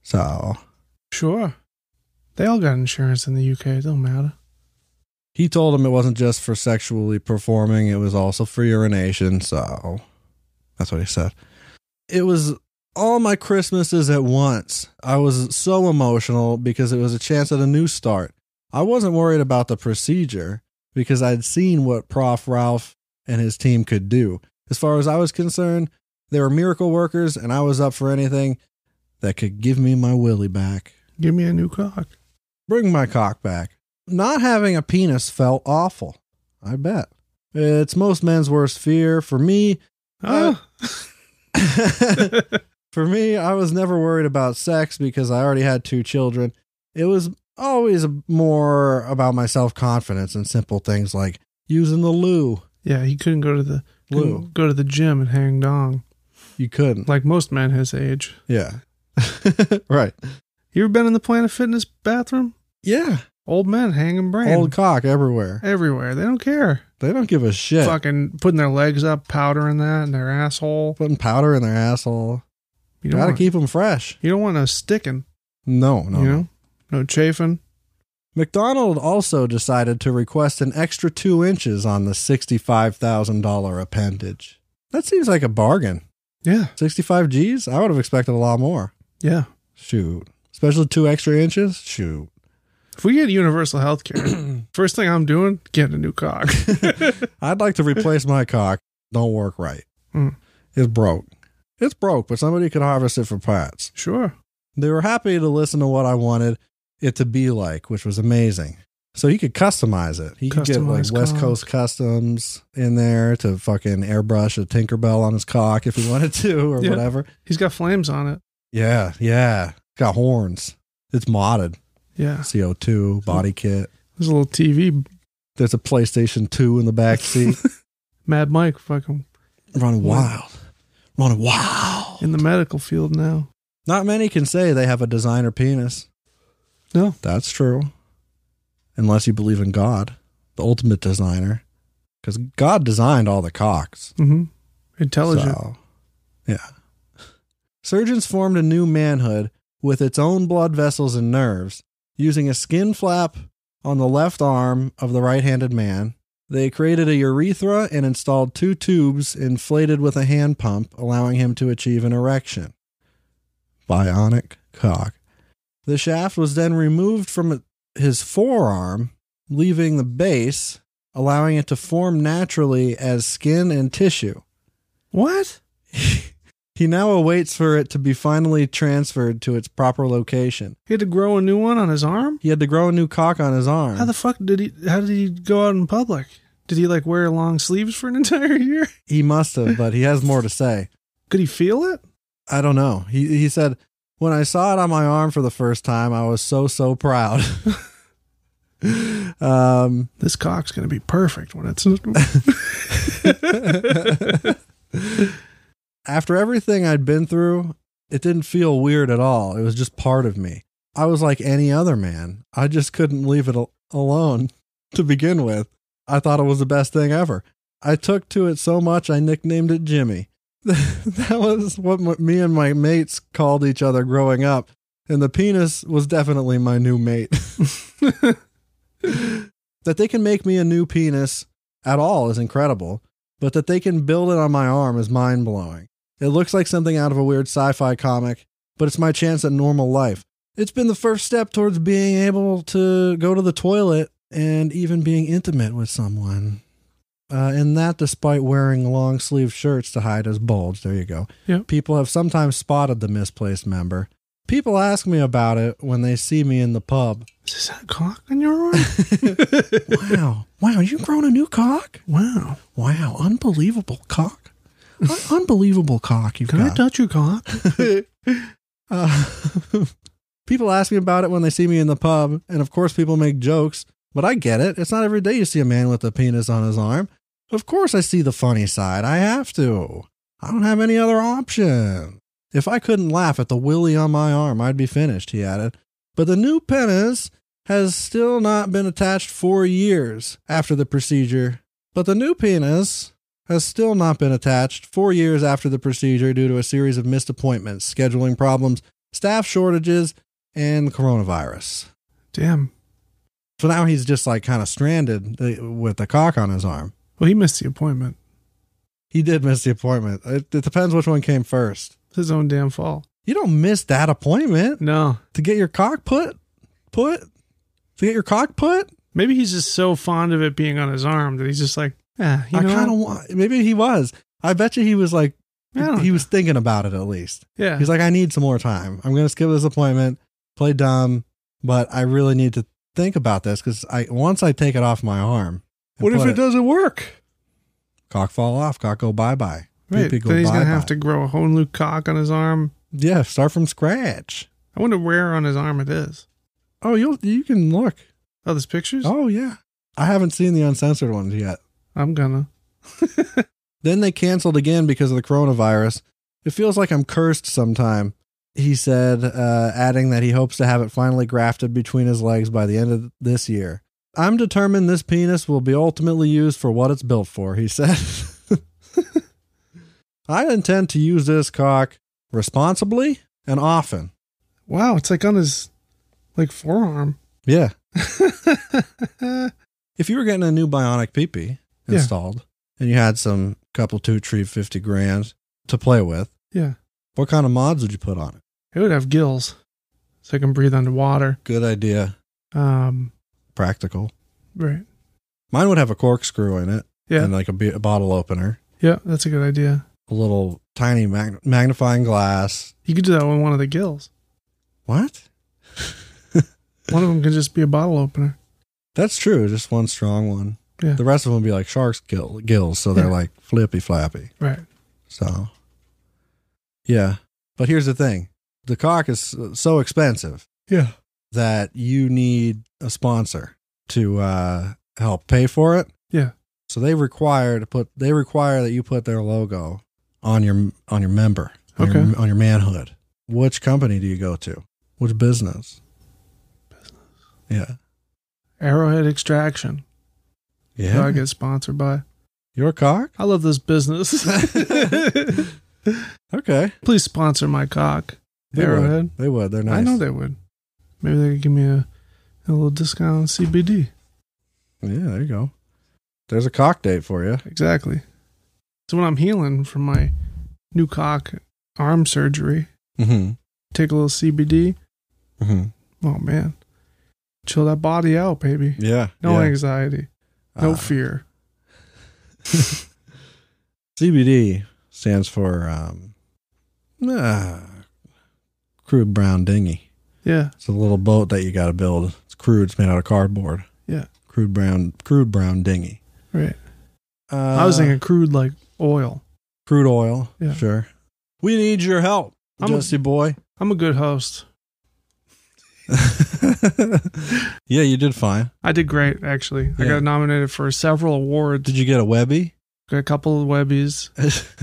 B: So,
A: Sure. They all got insurance in the UK. It don't matter.
B: He told him it wasn't just for sexually performing, it was also for urination, so that's what he said. It was all my Christmases at once. I was so emotional because it was a chance at a new start. I wasn't worried about the procedure because I'd seen what Prof Ralph and his team could do. As far as I was concerned, they were miracle workers, and I was up for anything that could give me my willy back.
A: Give me a new cock.
B: Bring my cock back. Not having a penis felt awful. I bet. It's most men's worst fear. For me,
A: Oh.
B: Ah. for me, I was never worried about sex because I already had two children. It was always more about my self confidence and simple things like using the loo.
A: yeah, he couldn't go to the couldn't
B: Loo.
A: go to the gym and hang dong
B: You couldn't.
A: like most men his age.
B: Yeah. right.
A: You ever been in the Planet Fitness bathroom?
B: Yeah.
A: Old men hanging brain
B: Old cock everywhere.
A: everywhere. They don't care.
B: They don't give a shit.
A: Fucking putting their legs up, powdering that and their asshole.
B: Putting powder in their asshole.
A: You don't
B: Gotta
A: want,
B: keep them fresh.
A: you don't want no sticking.
B: No, no.
A: You
B: no.
A: know, no chafing.
B: McDonald also decided to request an extra two inches on the $65,000 appendage. That seems like a bargain.
A: Yeah,
B: 65 G's? I would have expected a lot more.
A: yeah.
B: Shoot. Especially two extra inches? Shoot.
A: If we get universal health care, first thing I'm doing, getting a new cock.
B: I'd like to replace my cock. Don't work right.
A: Hmm.
B: It's broke. It's broke, but somebody could harvest it for parts.
A: sure.
B: They were happy to listen to what I wanted it to be like, which was amazing. So he could customize it. He could get like
A: Customize
B: West
A: cock.
B: Coast Customs in there to fucking airbrush a Tinkerbell on his cock if he wanted to or
A: Yeah.
B: whatever.
A: He's got flames on it.
B: Yeah, yeah. Got horns. It's modded.
A: Yeah.
B: CO2 body kit.
A: There's a little TV.
B: There's a PlayStation 2 in the back seat.
A: Mad Mike fucking
B: Running
A: Wow.
B: wild. Running wild.
A: in the medical field now.
B: Not many can say they have a designer penis.
A: No.
B: That's true. Unless you believe in God, the ultimate designer. Because God designed all the cocks.
A: hmm Intelligent.
B: So, yeah. Surgeons formed a new manhood with its own blood vessels and nerves. Using a skin flap on the left arm of the right handed man, they created a urethra and installed two tubes inflated with a hand pump, allowing him to achieve an erection. Bionic cock. The shaft was then removed from his forearm, leaving the base, allowing it to form naturally as skin and tissue.
A: What?
B: He now awaits for it to be finally transferred to its proper location.
A: He had to grow a new one on his arm?
B: He had to grow a new cock on his arm.
A: How the fuck did he how did he go out in public? Did he like wear long sleeves for an entire year?
B: he must have, but he has more to say.
A: Could he feel it?
B: I don't know. He he said, "When I saw it on my arm for the first time, I was so so proud." um,
A: This cock's gonna be perfect when it's
B: after everything I'd been through, it didn't feel weird at all. It was just part of me. I was like any other man. I just couldn't leave it al- alone to begin with. I thought it was the best thing ever. I took to it so much I nicknamed it Jimmy. that was what m- me and my mates called each other growing up, and the penis was definitely my new mate. that they can make me a new penis at all is incredible, but that they can build it on my arm is mind blowing. It looks like something out of a weird sci fi comic, but it's my chance at normal life. It's been the first step towards being able to go to the toilet and even being intimate with someone. Uh, and that despite wearing long sleeve shirts to hide his bulge. There you go.
A: Yep.
B: People have sometimes spotted the misplaced member. People ask me about it when they see me in the pub.
A: Is this a cock on your arm?
B: wow. Wow, you've grown a new cock?
A: wow.
B: Wow, unbelievable cock. Un- unbelievable cock you've
A: Can I
B: got.
A: touch your cock?
B: Uh, people ask me about it when they see me in the pub, and of course people make jokes, but I get it. It's not every day you see a man with a penis on his arm. Of course I see the funny side. I have to. I don't have any other option. If I couldn't laugh at the willy on my arm, I'd be finished, he added. But the new penis has still not been attached for years after the procedure. But the new penis has still not been attached four years after the procedure due to a series of missed appointments, scheduling problems, staff shortages, and the coronavirus.
A: Damn.
B: So now he's just like kind of stranded uh, with a cock on his arm.
A: Well he missed the appointment.
B: He did miss the appointment. It, it depends which one came first.
A: It's his own damn fault.
B: You don't miss that appointment
A: No.
B: to get your cock put, put, to get your cock put.
A: Maybe he's just so fond of it being on his arm that he's just like, ah, you
B: I
A: know.
B: kind of
A: what?
B: want. Maybe he was. I bet you he was like
A: I don't
B: he was thinking about it at least.
A: yeah.
B: He's like, I need some more time. I'm going to skip this appointment, play dumb, but I really need to think about this because I once I take it off my arm, and
A: what if
B: put
A: it doesn't work?
B: Cock fall off, cock go bye bye.
A: Right.
B: Pee-pee go
A: Then he's gonna
B: bye-bye.
A: have to grow a whole new cock on his arm.
B: Yeah, start from scratch.
A: I wonder where on his arm it is.
B: Oh, you you can look.
A: Oh, there's pictures?
B: Oh yeah, I haven't seen the uncensored ones yet.
A: I'm gonna.
B: Then they canceled again because of the coronavirus. It feels like I'm cursed sometime. He said, uh, adding that he hopes to have it finally grafted between his legs by the end of this year. I'm determined this penis will be ultimately used for what it's built for, he said. I intend to use this cock responsibly and often.
A: Wow, it's like on his like forearm.
B: Yeah.
A: Uh,
B: If you were getting a new bionic peepee
A: Yeah.
B: installed and you had some couple two tree 50 grand to play with,
A: yeah.
B: what kind of mods would you put on it?
A: It would have gills. So I can breathe underwater.
B: Good idea.
A: Um
B: practical.
A: right.
B: Mine would have a corkscrew in it
A: Yeah.
B: and like a, be- a bottle opener,
A: Yeah, that's a good idea.
B: a little tiny mag- magnifying glass.
A: You could do that with one of the gills.
B: What?
A: One of them can just be a bottle opener.
B: That's true. Just one strong one.
A: Yeah.
B: The rest of them be like shark's gill, gills, so they're
A: Yeah.
B: like flippy flappy.
A: Right.
B: So, yeah. But here's the thing: the cock is so expensive
A: Yeah.
B: that you need a sponsor to uh, help pay for it.
A: Yeah.
B: So they require to put they require that you put their logo on your on your member on
A: Okay.
B: your, on your manhood. Which company do you go to? Which business? Business.
A: Arrowhead Extraction.
B: Yeah.
A: who I
B: Yeah.
A: get sponsored by.
B: Your cock.
A: I love this business.
B: Okay.
A: Please sponsor my cock.
B: They
A: Arrowhead.
B: Would. They would. They're nice.
A: I know they would. Maybe they could give me a, a little discount on CBD.
B: Yeah. There you go. There's a cock date for you.
A: Exactly. So when I'm healing from my new cock arm surgery,
B: Mm-hmm.
A: take a little CBD.
B: mm-hmm.
A: Oh man, chill that body out, baby.
B: Yeah.
A: No
B: yeah.
A: anxiety, no
B: Uh,
A: fear.
B: CBD stands for um, uh, crude brown dinghy.
A: Yeah,
B: It's a little boat that you got to build. It's crude. It's made out of cardboard.
A: Yeah.
B: Crude brown, crude brown dinghy.
A: right.
B: Uh,
A: I was thinking crude like oil.
B: crude oil.
A: Yeah.
B: Sure. We need your help,
A: I'm a-
B: Dusty boy.
A: I'm a good host.
B: yeah, you did fine.
A: I did great actually. I
B: Yeah.
A: got nominated for several awards.
B: Did you get a Webby?
A: Got a couple of Webbies.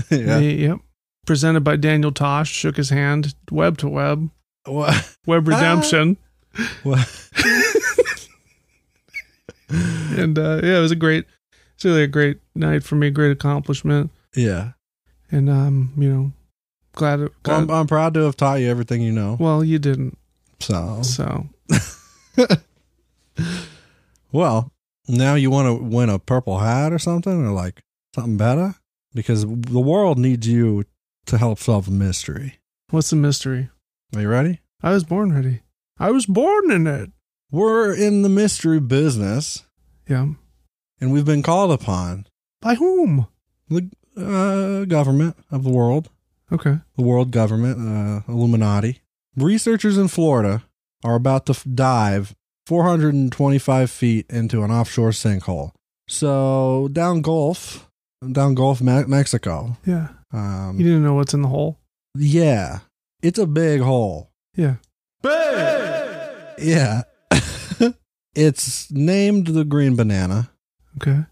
B: yeah.
A: The- yep. Presented by Daniel Tosh. Shook his hand. Web to web.
B: What?
A: Web
B: Ah.
A: redemption.
B: what?
A: and uh, yeah, it was a great, it's really a great night for me, great accomplishment,
B: Yeah.
A: and um, you know, glad. It,
B: Well,
A: glad
B: I'm, uh, I'm proud to have taught you everything you know.
A: well, you didn't,
B: So,
A: so
B: well, now you want to win a purple hat or something, or like something better, because the world needs you to help solve a mystery.
A: what's the mystery?
B: Are you ready?
A: I was born ready. I was born in it.
B: We're in the mystery business,
A: Yeah.
B: and we've been called upon
A: By whom?
B: the uh, government of the world,
A: Okay.
B: the world government, uh, Illuminati. Researchers in Florida are about to f- dive 425 feet into an offshore sinkhole. So down Gulf, down Gulf, Me- Mexico.
A: Yeah. You
B: Um,
A: didn't know what's in the hole.
B: yeah, it's a big hole.
A: Yeah.
B: Yeah, it's named the Green Banana.
A: Okay.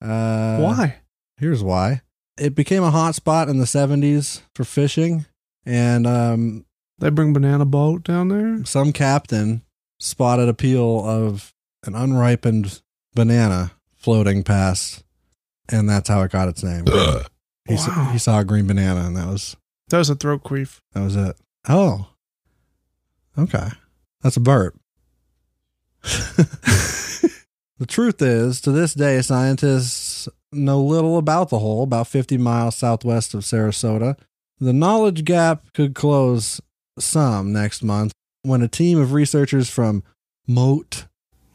B: Uh,
A: Why?
B: Here's why. It became a hot spot in the 70s for fishing, and um,
A: They bring banana boat down there.
B: some captain spotted a peel of an unripened banana floating past, and that's how it got its name. he, saw,
A: Wow.
B: he saw a green banana, and that was
A: That was a throat queef.
B: that was it. Oh, okay, that's a burp. the truth is, to this day, scientists know little about the hole, about 50 miles southwest of Sarasota. The knowledge gap could close some next month when a team of researchers from MOTE,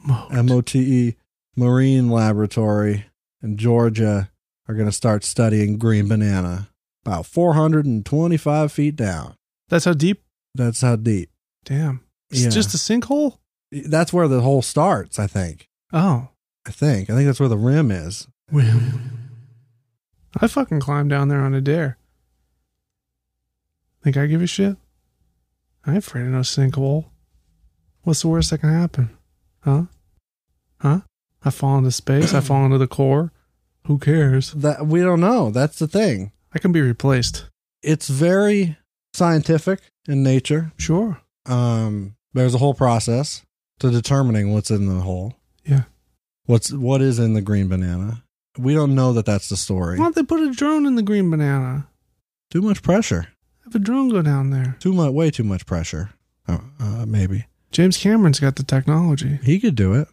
A: Moat.
B: MOTE E, Marine Laboratory in Georgia are going to start studying green banana about 425 feet down.
A: That's how deep.
B: That's how deep.
A: Damn. It's
B: Yeah.
A: just a sinkhole.
B: That's where the hole starts, I think.
A: Oh.
B: I think. I think that's where the rim is.
A: I fucking climbed down there on a dare. Think I give a shit? I ain't afraid of no sinkhole. What's the worst that can happen? Huh? Huh? I fall into space. I fall into the core. Who cares?
B: That we don't know. That's the thing.
A: I can be replaced.
B: It's very scientific in nature.
A: Sure.
B: Um, there's a whole process to determining what's in the hole.
A: Yeah.
B: What's what is in the green banana? We don't know that that's the story.
A: Why don't they put a drone in the green banana?
B: Too much pressure.
A: Have a drone go down there.
B: Too much. Way too much pressure. Uh, uh, maybe
A: James Cameron's got the technology.
B: he could do it.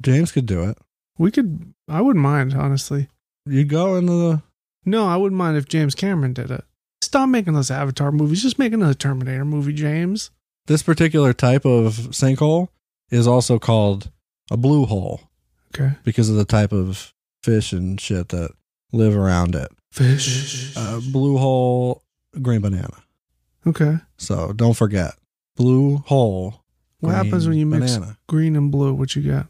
B: James could do it.
A: We could. I wouldn't mind, honestly.
B: You go into the
A: No, I wouldn't mind if James Cameron did it. Stop making those Avatar movies. Just make another Terminator movie, James.
B: this particular type of sinkhole is also called a blue hole
A: Okay.
B: because of the type of fish and shit that live around it.
A: Fish.
B: Uh, blue hole, green banana.
A: Okay.
B: So don't forget blue hole.
A: What happens when you mix
B: banana?
A: green and blue? What you got?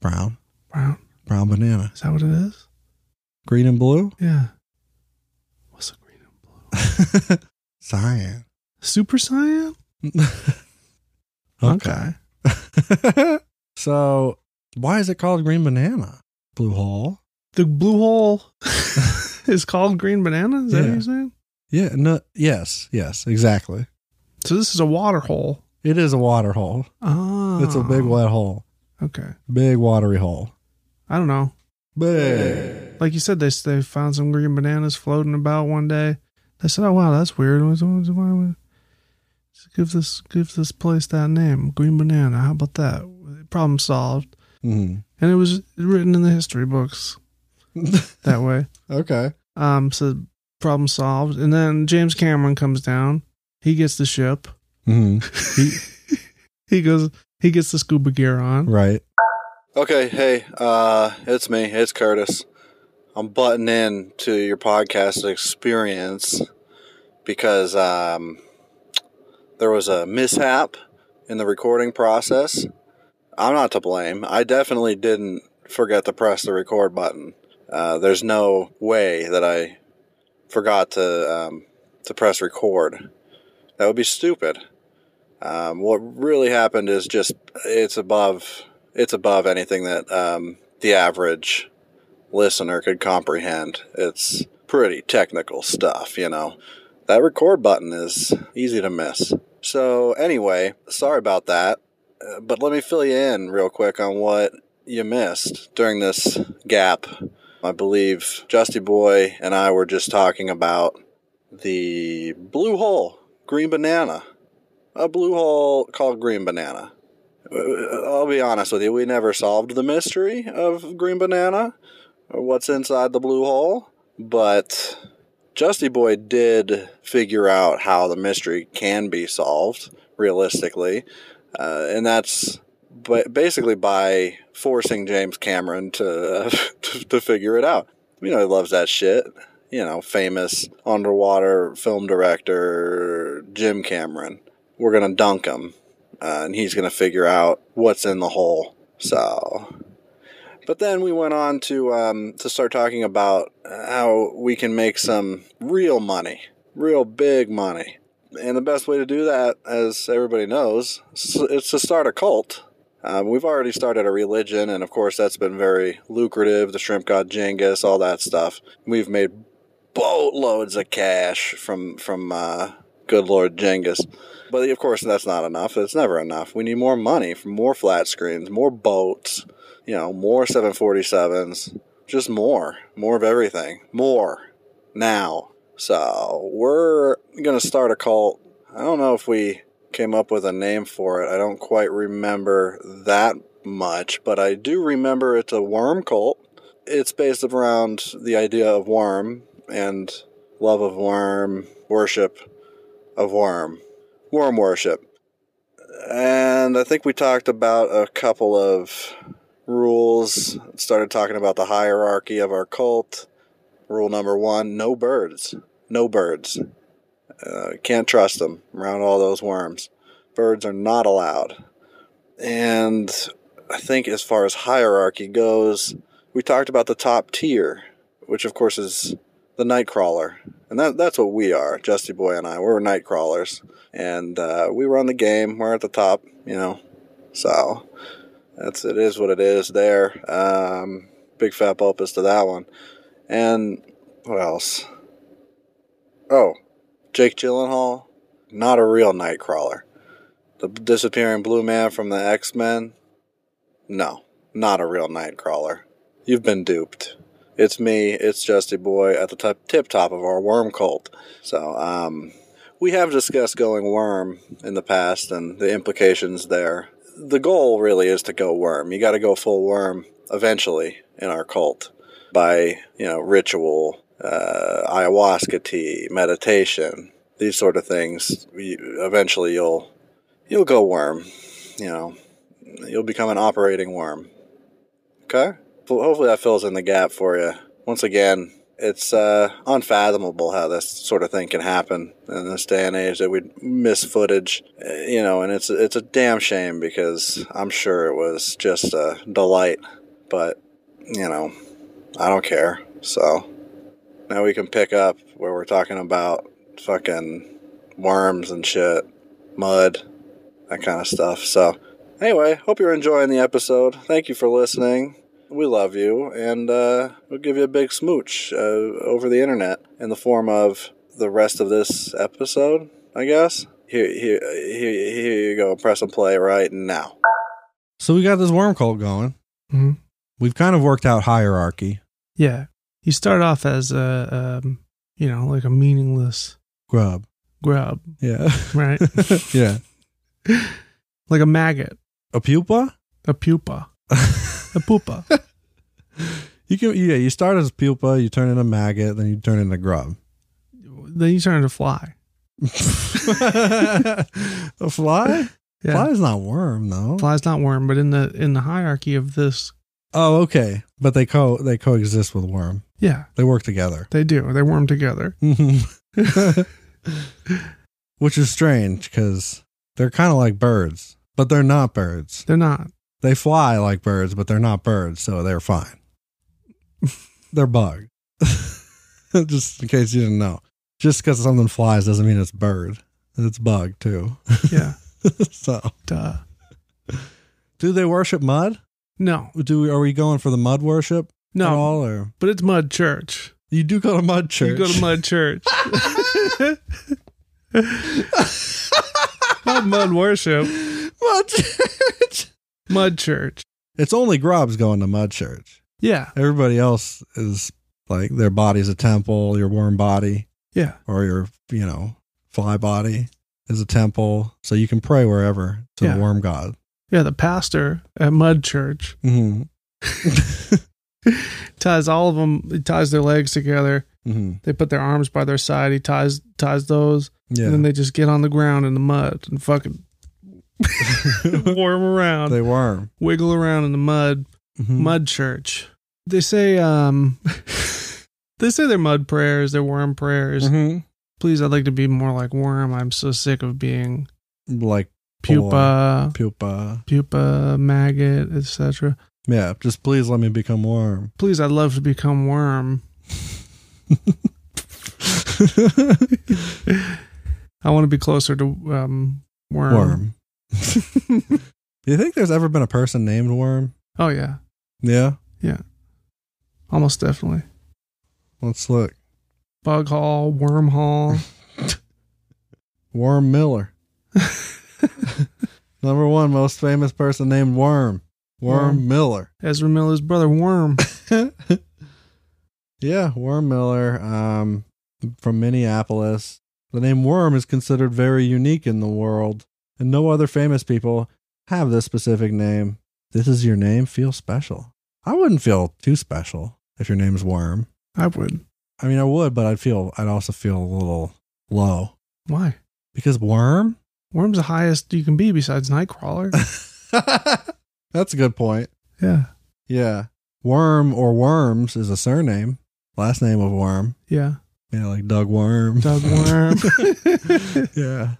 B: Brown,
A: Brown.
B: brown banana.
A: Is that what it is?
B: Green and blue?
A: Yeah. What's a green and blue?
B: Cyan.
A: Super Saiyan?
B: okay. so, why is it called green banana? Blue hole?
A: The blue hole is called Green Banana? Is that what
B: Yeah.
A: you're saying?
B: Yeah, no, yes, yes, exactly.
A: So this is a water hole.
B: It is a water hole.
A: Oh.
B: It's a big wet hole.
A: Okay.
B: Big watery hole.
A: I don't know.
B: Big.
A: Like you said, they, they found some green bananas floating about one day. They said, oh, wow, that's weird. Why- why- why would- Just Give this give this place that name, Green Banana. How about that? Problem solved.
B: Mhm.
A: And it was written in the history books that way.
B: okay.
A: Um, so problem solved. And then James Cameron comes down. He gets the ship.
B: Mhm.
A: He goes. He gets the scuba gear on.
B: Right. Okay, hey, uh, it's me. It's Curtis. I'm butting in to your podcast experience because um, there was a mishap in the recording process. I'm not to blame. I definitely didn't forget to press the record button. Uh, there's no way that I forgot to um, to press record. That would be stupid. Um, what really happened is just it's above it's above anything that um, the average listener could comprehend. It's pretty technical stuff, you know. That record button is easy to miss. So anyway, sorry about that, uh, but let me fill you in real quick on what you missed during this gap. I believe Justy Boy and I were just talking about the blue hole, green banana a blue hole called Green Banana. Uh, I'll be honest with you, we never solved the mystery of Green Banana or what's inside the blue hole, but Justy Boy did figure out how the mystery can be solved realistically, uh, and that's ba- basically by forcing James Cameron to, to to figure it out. You know, he loves that shit. You know, famous underwater film director Jim Cameron we're gonna dunk him, uh, and he's gonna figure out what's in the hole. So, but then we went on to um, to start talking about how we can make some real money, real big money, and the best way to do that, as everybody knows, s- it's to start a cult. Um, we've already started a religion, and of course, that's been very lucrative. The shrimp god Genghis, all that stuff. We've made boatloads of cash from from uh, good Lord Genghis. But of course, that's not enough. It's never enough. We need more money for more flat screens, more boats, you know, more 747s, just more, more of everything, more now. So we're going to start a cult. I don't know if we came up with a name for it. I don't quite remember that much, but I do remember it's a worm cult. It's based around the idea of worm and love of worm, worship of worm worm worship. And I think we talked about a couple of rules. Started talking about the hierarchy of our cult. Rule number one no birds. No birds. Uh, can't trust them around all those worms. Birds are not allowed. And I think as far as hierarchy goes, we talked about the top tier, which of course is the Nightcrawler. And that, that's what we are, Justy Boy and I. We're Nightcrawlers and uh, we run the game. We're at the top, you know. So that's it is what it is. There, um, big fat bump is to that one. And what else? Oh, Jake Gyllenhaal, not a real Nightcrawler. The disappearing blue man from the X Men. No, not a real Nightcrawler. You've been duped. It's me. It's Justy Boy at the top, tip top of our worm cult. So, um, we have discussed going worm in the past and the implications there. The goal really is to go worm. You got to go full worm eventually in our cult by, you know, ritual, uh, ayahuasca tea, meditation, these sort of things. You, eventually you'll you'll go worm, you know. You'll become an operating worm. Okay? Well, hopefully that fills in the gap for you. Once again,
C: it's uh, unfathomable how this sort of thing can happen in this day and age that we miss footage, uh, you know, and it's it's a damn shame because I'm sure it was just a delight, but you know, I don't care. So now we can pick up where we're talking about fucking worms and shit, mud, that kind of stuff. So anyway, hope you're enjoying the episode. Thank you for listening we love you, and uh, we'll give you a big smooch uh, over the internet in the form of the rest of this episode, I guess. Here, here, here, here you go. Press and play right now.
B: So we got this worm cult going.
A: Mhm.
B: We've kind of worked out hierarchy.
A: Yeah. You start off as a, um, you know, like a meaningless
B: Grub.
A: grub,
B: Yeah.
A: right?
B: yeah.
A: like a maggot,
B: A pupa?
A: a pupa, a pupa.
B: you can yeah, you start as pupa, you turn into maggot, then you turn into grub.
A: then you turn into fly.
B: a fly?
A: Yeah.
B: Fly is not worm though.
A: Fly's not worm, but in the in the hierarchy of this,
B: Oh, okay. But they co they coexist with worm.
A: yeah,
B: They work together.
A: they do. They worm together.
B: Mhm. Which is strange because they're kind of like birds, but they're not birds.
A: They're not.
B: They fly like birds, but they're not birds, so they're fine. they're bug. Just in case you didn't know. Just because something flies doesn't mean it's bird. It's bug too.
A: Yeah.
B: so,
A: Duh.
B: do they worship mud?
A: No.
B: Do are we going for the mud worship at
A: No.
B: all, or
A: But it's mud church.
B: you do go to mud church?
A: You go to mud church. not mud worship.
B: mud church.
A: Mud church.
B: It's only grubs going to mud church.
A: Yeah.
B: Everybody else is like their body's a temple, your worm body
A: Yeah.
B: or your, you know, fly body is a temple. So you can pray wherever to
A: Yeah.
B: the worm god.
A: Yeah. The pastor at mud church
B: Mm-hmm.
A: ties all of them. He ties their legs together.
B: Mm-hmm.
A: They put their arms by their side. He ties ties those, and then
B: Yeah.
A: they just get on the ground in the mud and fucking worm around.
B: they worm.
A: wiggle around in the mud,
B: Mhm.
A: mud church. They say, um, they say they're mud prayers, they're worm prayers.
B: Mhm.
A: Please, I'd like to be more like worm. I'm so sick of being
B: Like
A: pupa,
B: pupa.
A: pupa, maggot, etc.
B: Yeah. Just please let me become worm.
A: Please, I'd love to become worm. I want to be closer to um, worm.
B: worm. do you think there's ever been a person named worm?
A: Oh yeah,
B: Yeah.
A: almost definitely.
B: Let's look.
A: Bug hall, worm hall.
B: Worm Miller. Number one most famous person named Worm. Worm,
A: Worm.
B: Miller.
A: Ezra Miller's brother, Worm.
B: yeah, Worm Miller um, from Minneapolis. The name Worm is considered very unique in the world, and no other famous people have this specific name. This is your name. Feel special. I wouldn't feel too special if your name's Worm.
A: I would.
B: I mean, I would, but I'd feel I'd also feel a little low
A: Why?
B: because Worm.
A: Worm's the highest you can be besides Nightcrawler.
B: That's a good point.
A: yeah.
B: Yeah. Worm or Worms is a surname, last name of Worm.
A: Yeah.
B: Yeah, like Doug Worm.
A: Doug Worm,
B: yeah.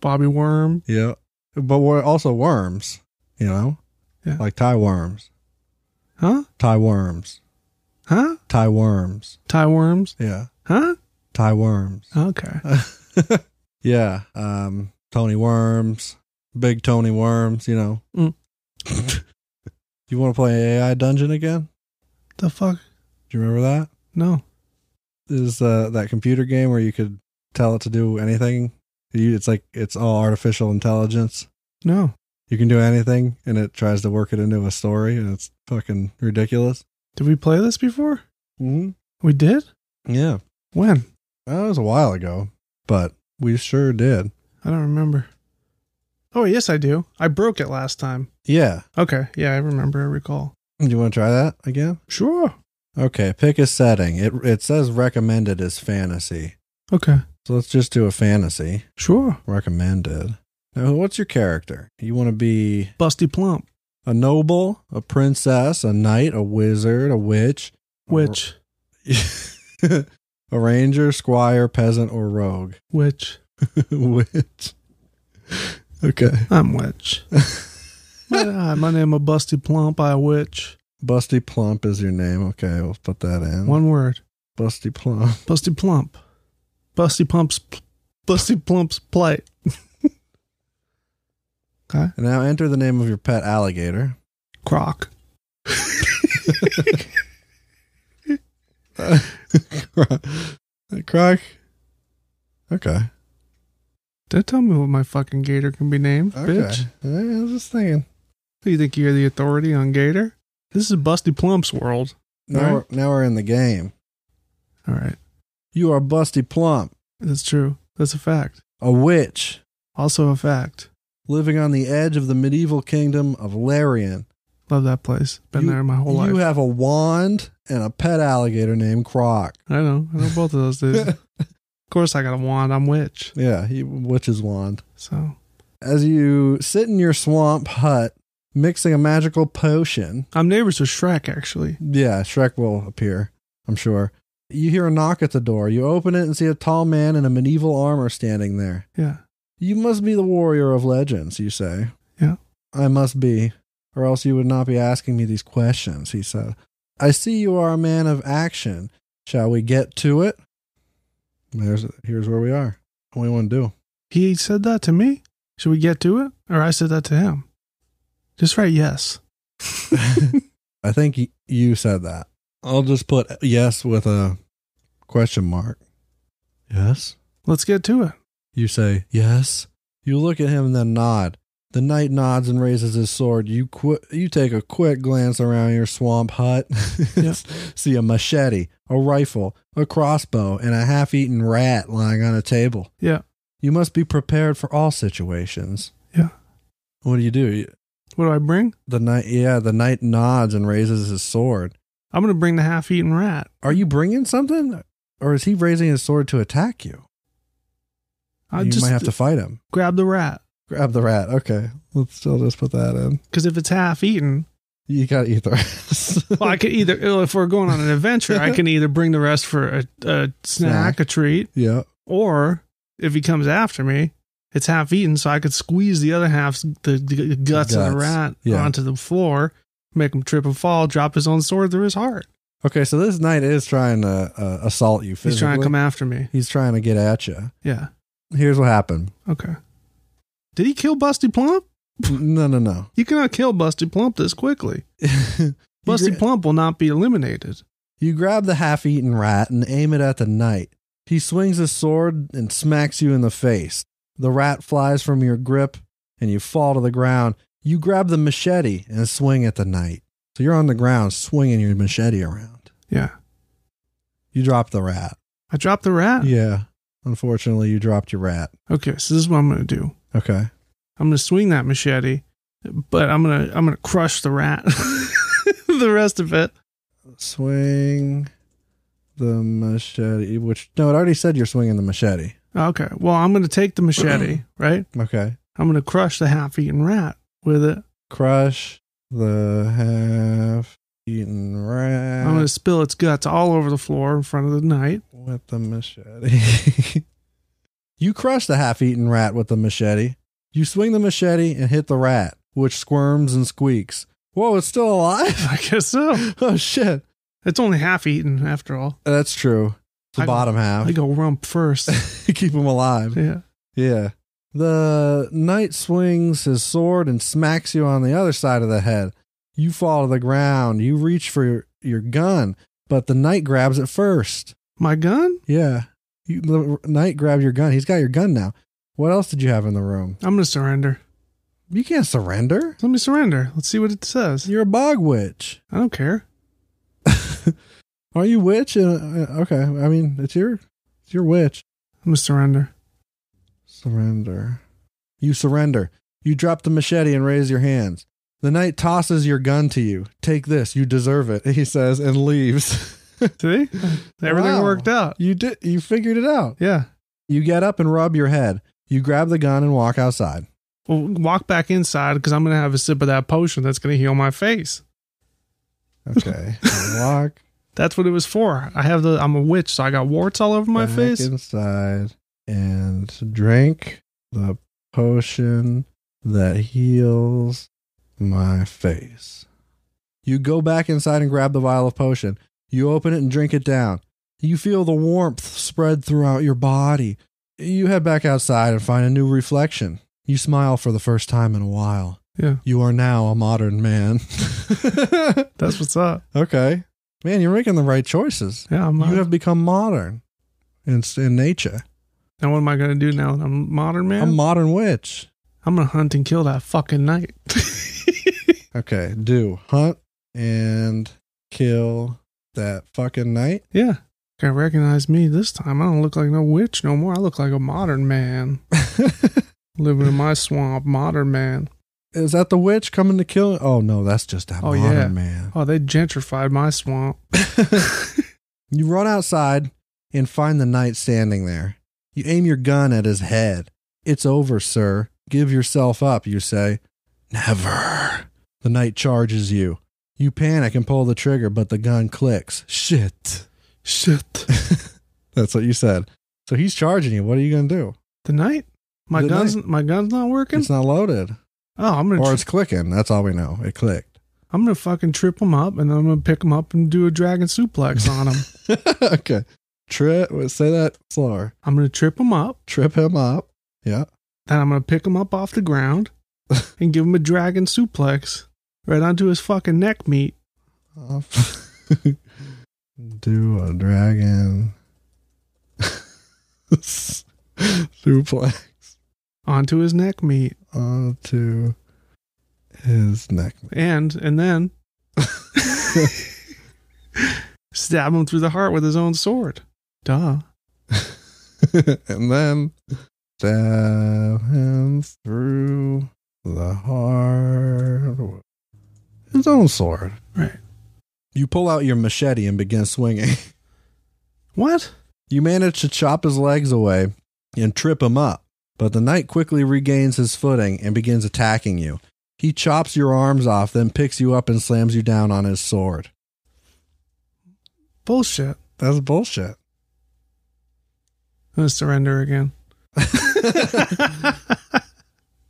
A: Bobby Worm.
B: Yeah. But we're also worms, you know?
A: Yeah.
B: Like tie worms,
A: Huh?
B: tie worms,
A: Huh?
B: tie worms.
A: Tie Worms.
B: Yeah.
A: Huh?
B: Tie worms.
A: Okay.
B: yeah. Um, Tony Worms, big Tony Worms, you know.
A: Mm.
B: you want to play AI Dungeon again?
A: The fuck?
B: Do you remember that?
A: No.
B: is uh, that computer game where you could tell it to do anything. You, it's like it's all artificial intelligence.
A: No.
B: You can do anything, and it tries to work it into a story, and it's fucking ridiculous.
A: Did we play this before?
B: Mm-hmm.
A: We did?
B: Yeah,
A: When?
B: that was a while ago, but we sure did.
A: I don't remember. Oh, yes, I do. I broke it last time.
B: Yeah,
A: Okay. Yeah, I remember. I recall.
B: do you want to try that again?
A: Sure.
B: Okay, pick a setting. It it says recommended is fantasy,
A: Okay.
B: so let's just do a fantasy
A: Sure.
B: recommended. Now, what's your character? You want to be
A: Busty Plump.
B: a noble, a princess, a knight, a wizard, a witch,
A: Which?
B: a a ranger, squire, peasant, or rogue.
A: Which
B: Which? Okay.
A: I'm witch. my, uh, my name a busty plump. I witch.
B: Busty Plump is your name. Okay, we'll put that in.
A: One word.
B: Busty Plump.
A: Busty plump. Busty pumps. Busty plumps plight. okay.
B: And now enter the name of your pet alligator.
A: Croc.
B: Croc. Okay.
A: Don't tell me what my fucking gator can be named,
B: okay.
A: bitch.
B: Yeah, I was just thinking.
A: You think you're the authority on gator? This is Busty Plump's world.
B: Now,
A: All
B: we're, now we're in the game.
A: All right.
B: You are Busty Plump,
A: That's true. That's a fact.
B: a witch
A: Also a fact.
B: living on the edge of the medieval kingdom of Larian.
A: Love that place. Been
B: You-
A: there my whole life.
B: You have a wand and a pet alligator named Croc.
A: I know. I know both of those dudes. of course, I got a wand. I'm witch.
B: yeah, he, witch's wand.
A: So
B: As you sit in your swamp hut, mixing a magical potion,
A: I'm neighbors with Shrek, actually.
B: Yeah, Shrek will appear, I'm sure. You hear a knock at the door. You open it and see a tall man in a medieval armor standing there.
A: Yeah.
B: You must be the warrior of legends, you say.
A: Yeah.
B: I must be, or else you would not be asking me these questions, he said. I see you are a man of action. Shall we get to it? There's here's where we are. What do you want to do?
A: He said that to me. Should we get to it? Or I said that to him? Just write yes.
B: I think y- you said that. I'll just put yes with a question mark. Yes?
A: Let's get to it.
B: You say, Yes. You look at him and then nod. The knight nods and raises his sword. You qu- you take a quick glance around your swamp hut.
A: Yeah.
B: See a machete, a rifle, a crossbow, and a half eaten rat lying on a table.
A: Yeah.
B: You must be prepared for all situations.
A: Yeah.
B: What do you do? You-
A: What do I bring?
B: The knight yeah, the knight nods and raises his sword.
A: I'm going to bring the half eaten rat.
B: Are you bringing something? Or is he raising his sword to attack you?
A: I
B: you
A: just
B: might have to fight him.
A: grab the rat.
B: Grab the rat. Okay. Let's still just put that in.
A: Because if it's half eaten,
B: You gotta eat the rest.
A: well, I could either, if we're going on an adventure, I can either bring the rest for a, a snack,
B: Snack.
A: a treat,
B: yeah.
A: or if he comes after me, it's half eaten, so I could squeeze the other half, the, the guts, of
B: Guts,
A: the rat,
B: yeah.
A: onto the floor, make him trip and fall, drop his own sword through his heart.
B: Okay, so this knight is trying to uh, assault you physically.
A: He's trying to come after me.
B: He's trying to get at you.
A: Yeah.
B: Here's what happened.
A: Okay. Did he kill Busty Plump?
B: no, no, no.
A: You cannot kill Busty Plump this quickly. Busty
B: you, gra-
A: Plump will not be eliminated.
B: you grab the half-eaten rat and aim it at the knight. He swings his sword and smacks you in the face. The rat flies from your grip, and you fall to the ground. You grab the machete and swing at the knight. So you're on the ground swinging your machete around.
A: Yeah.
B: You drop the rat.
A: I dropped the rat.
B: Yeah. Unfortunately, you dropped your rat.
A: Okay, so this is what I'm going to do.
B: Okay.
A: I'm going to swing that machete, but I'm going to I'm going to crush the rat. the rest of it.
B: swing the machete which no it already said you're swinging the machete
A: Okay. Well, I'm going to take the machete, right?
B: okay
A: I'm going to crush the half-eaten rat with it.
B: crush the half eaten rat
A: I'm going to spill its guts all over the floor in front of the knight.
B: with the machete you crush the half eaten rat with the machete you swing the machete and hit the rat which squirms and squeaks whoa it's still alive
A: I guess so.
B: oh shit
A: It's only half-eaten after all.
B: that's true the
A: I go-
B: bottom half
A: I go rump first.
B: keep him alive
A: yeah.
B: Yeah. The knight swings his sword and smacks you on the other side of the head. You fall to the ground. You reach for your, your gun, but the knight grabs it first.
A: My gun?
B: Yeah. You, the knight grabbed your gun. He's got your gun now. What else did you have in the room?
A: I'm gonna surrender.
B: You can't surrender.
A: Let me surrender. Let's see what it says.
B: You're a bog witch.
A: I don't care.
B: Are you witch? And, uh, okay. I mean, it's your, it's your witch.
A: I'm gonna surrender.
B: Surrender. You surrender. You drop the machete and raise your hands. The knight tosses your gun to you. Take this, you deserve it, he says, and leaves.
A: See? Everything
B: Wow.
A: worked out.
B: You did you figured it out.
A: Yeah.
B: You get up and rub your head. You grab the gun and walk outside.
A: Well, walk back inside because I'm gonna have a sip of that potion that's gonna heal my face.
B: Okay. walk
A: That's what it was for. I have the I'm a witch, so I got warts all over my
B: Back
A: face.
B: inside and drink the potion that heals my face. You go back inside and grab the vial of potion. You open it and drink it down. You feel the warmth spread throughout your body. You head back outside and find a new reflection. You smile for the first time in a while.
A: Yeah.
B: You are now a modern man.
A: That's what's up.
B: okay. Man, you're making the right choices.
A: Yeah, I'm
B: You
A: modern.
B: have become modern in, in nature.
A: now what am I gonna do now that I'm a modern man?
B: A modern witch.
A: I'm gonna hunt and kill that fucking knight.
B: Okay, do hunt and kill that fucking knight.
A: yeah. Gonna recognize me this time. I don't look like no witch no more. I look like a modern man. Living in my swamp, modern man.
B: Is that the witch coming to kill? Oh no, that's just that
A: Oh,
B: modern
A: yeah.
B: man.
A: Oh, they gentrified my swamp.
B: You run outside and find the knight standing there. You aim your gun at his head. It's over, sir. Give yourself up, you say. Never. The knight charges you. You panic and pull the trigger, but the gun clicks. Shit.
A: Shit.
B: That's what you said. So he's charging you. What are you going to do?
A: The knight? My
B: The
A: gun's my gun's not working?
B: It's not loaded.
A: oh, I'm gonna
B: Or
A: tr-
B: it's clicking. That's all we know. It clicked.
A: I'm gonna fucking trip him up and then I'm gonna pick him up and do a dragon suplex on him.
B: okay. Trip. Say that slower.
A: I'm gonna trip him up,
B: Trip him up. Yeah.
A: then I'm gonna pick him up off the ground and give him a dragon suplex right onto his fucking neck meat.
B: off. Do a dragon suplex
A: Onto his neck meat.
B: onto his neck.
A: And and then stab him through the heart with his own sword. Duh.
B: and then stab him through the heart with his own sword.
A: Right.
B: You pull out your machete and begin swinging.
A: What?
B: You manage to chop his legs away and trip him up, but the knight quickly regains his footing and begins attacking you. He chops your arms off, then picks you up and slams you down on his sword.
A: Bullshit.
B: That's bullshit.
A: I'm gonna surrender again.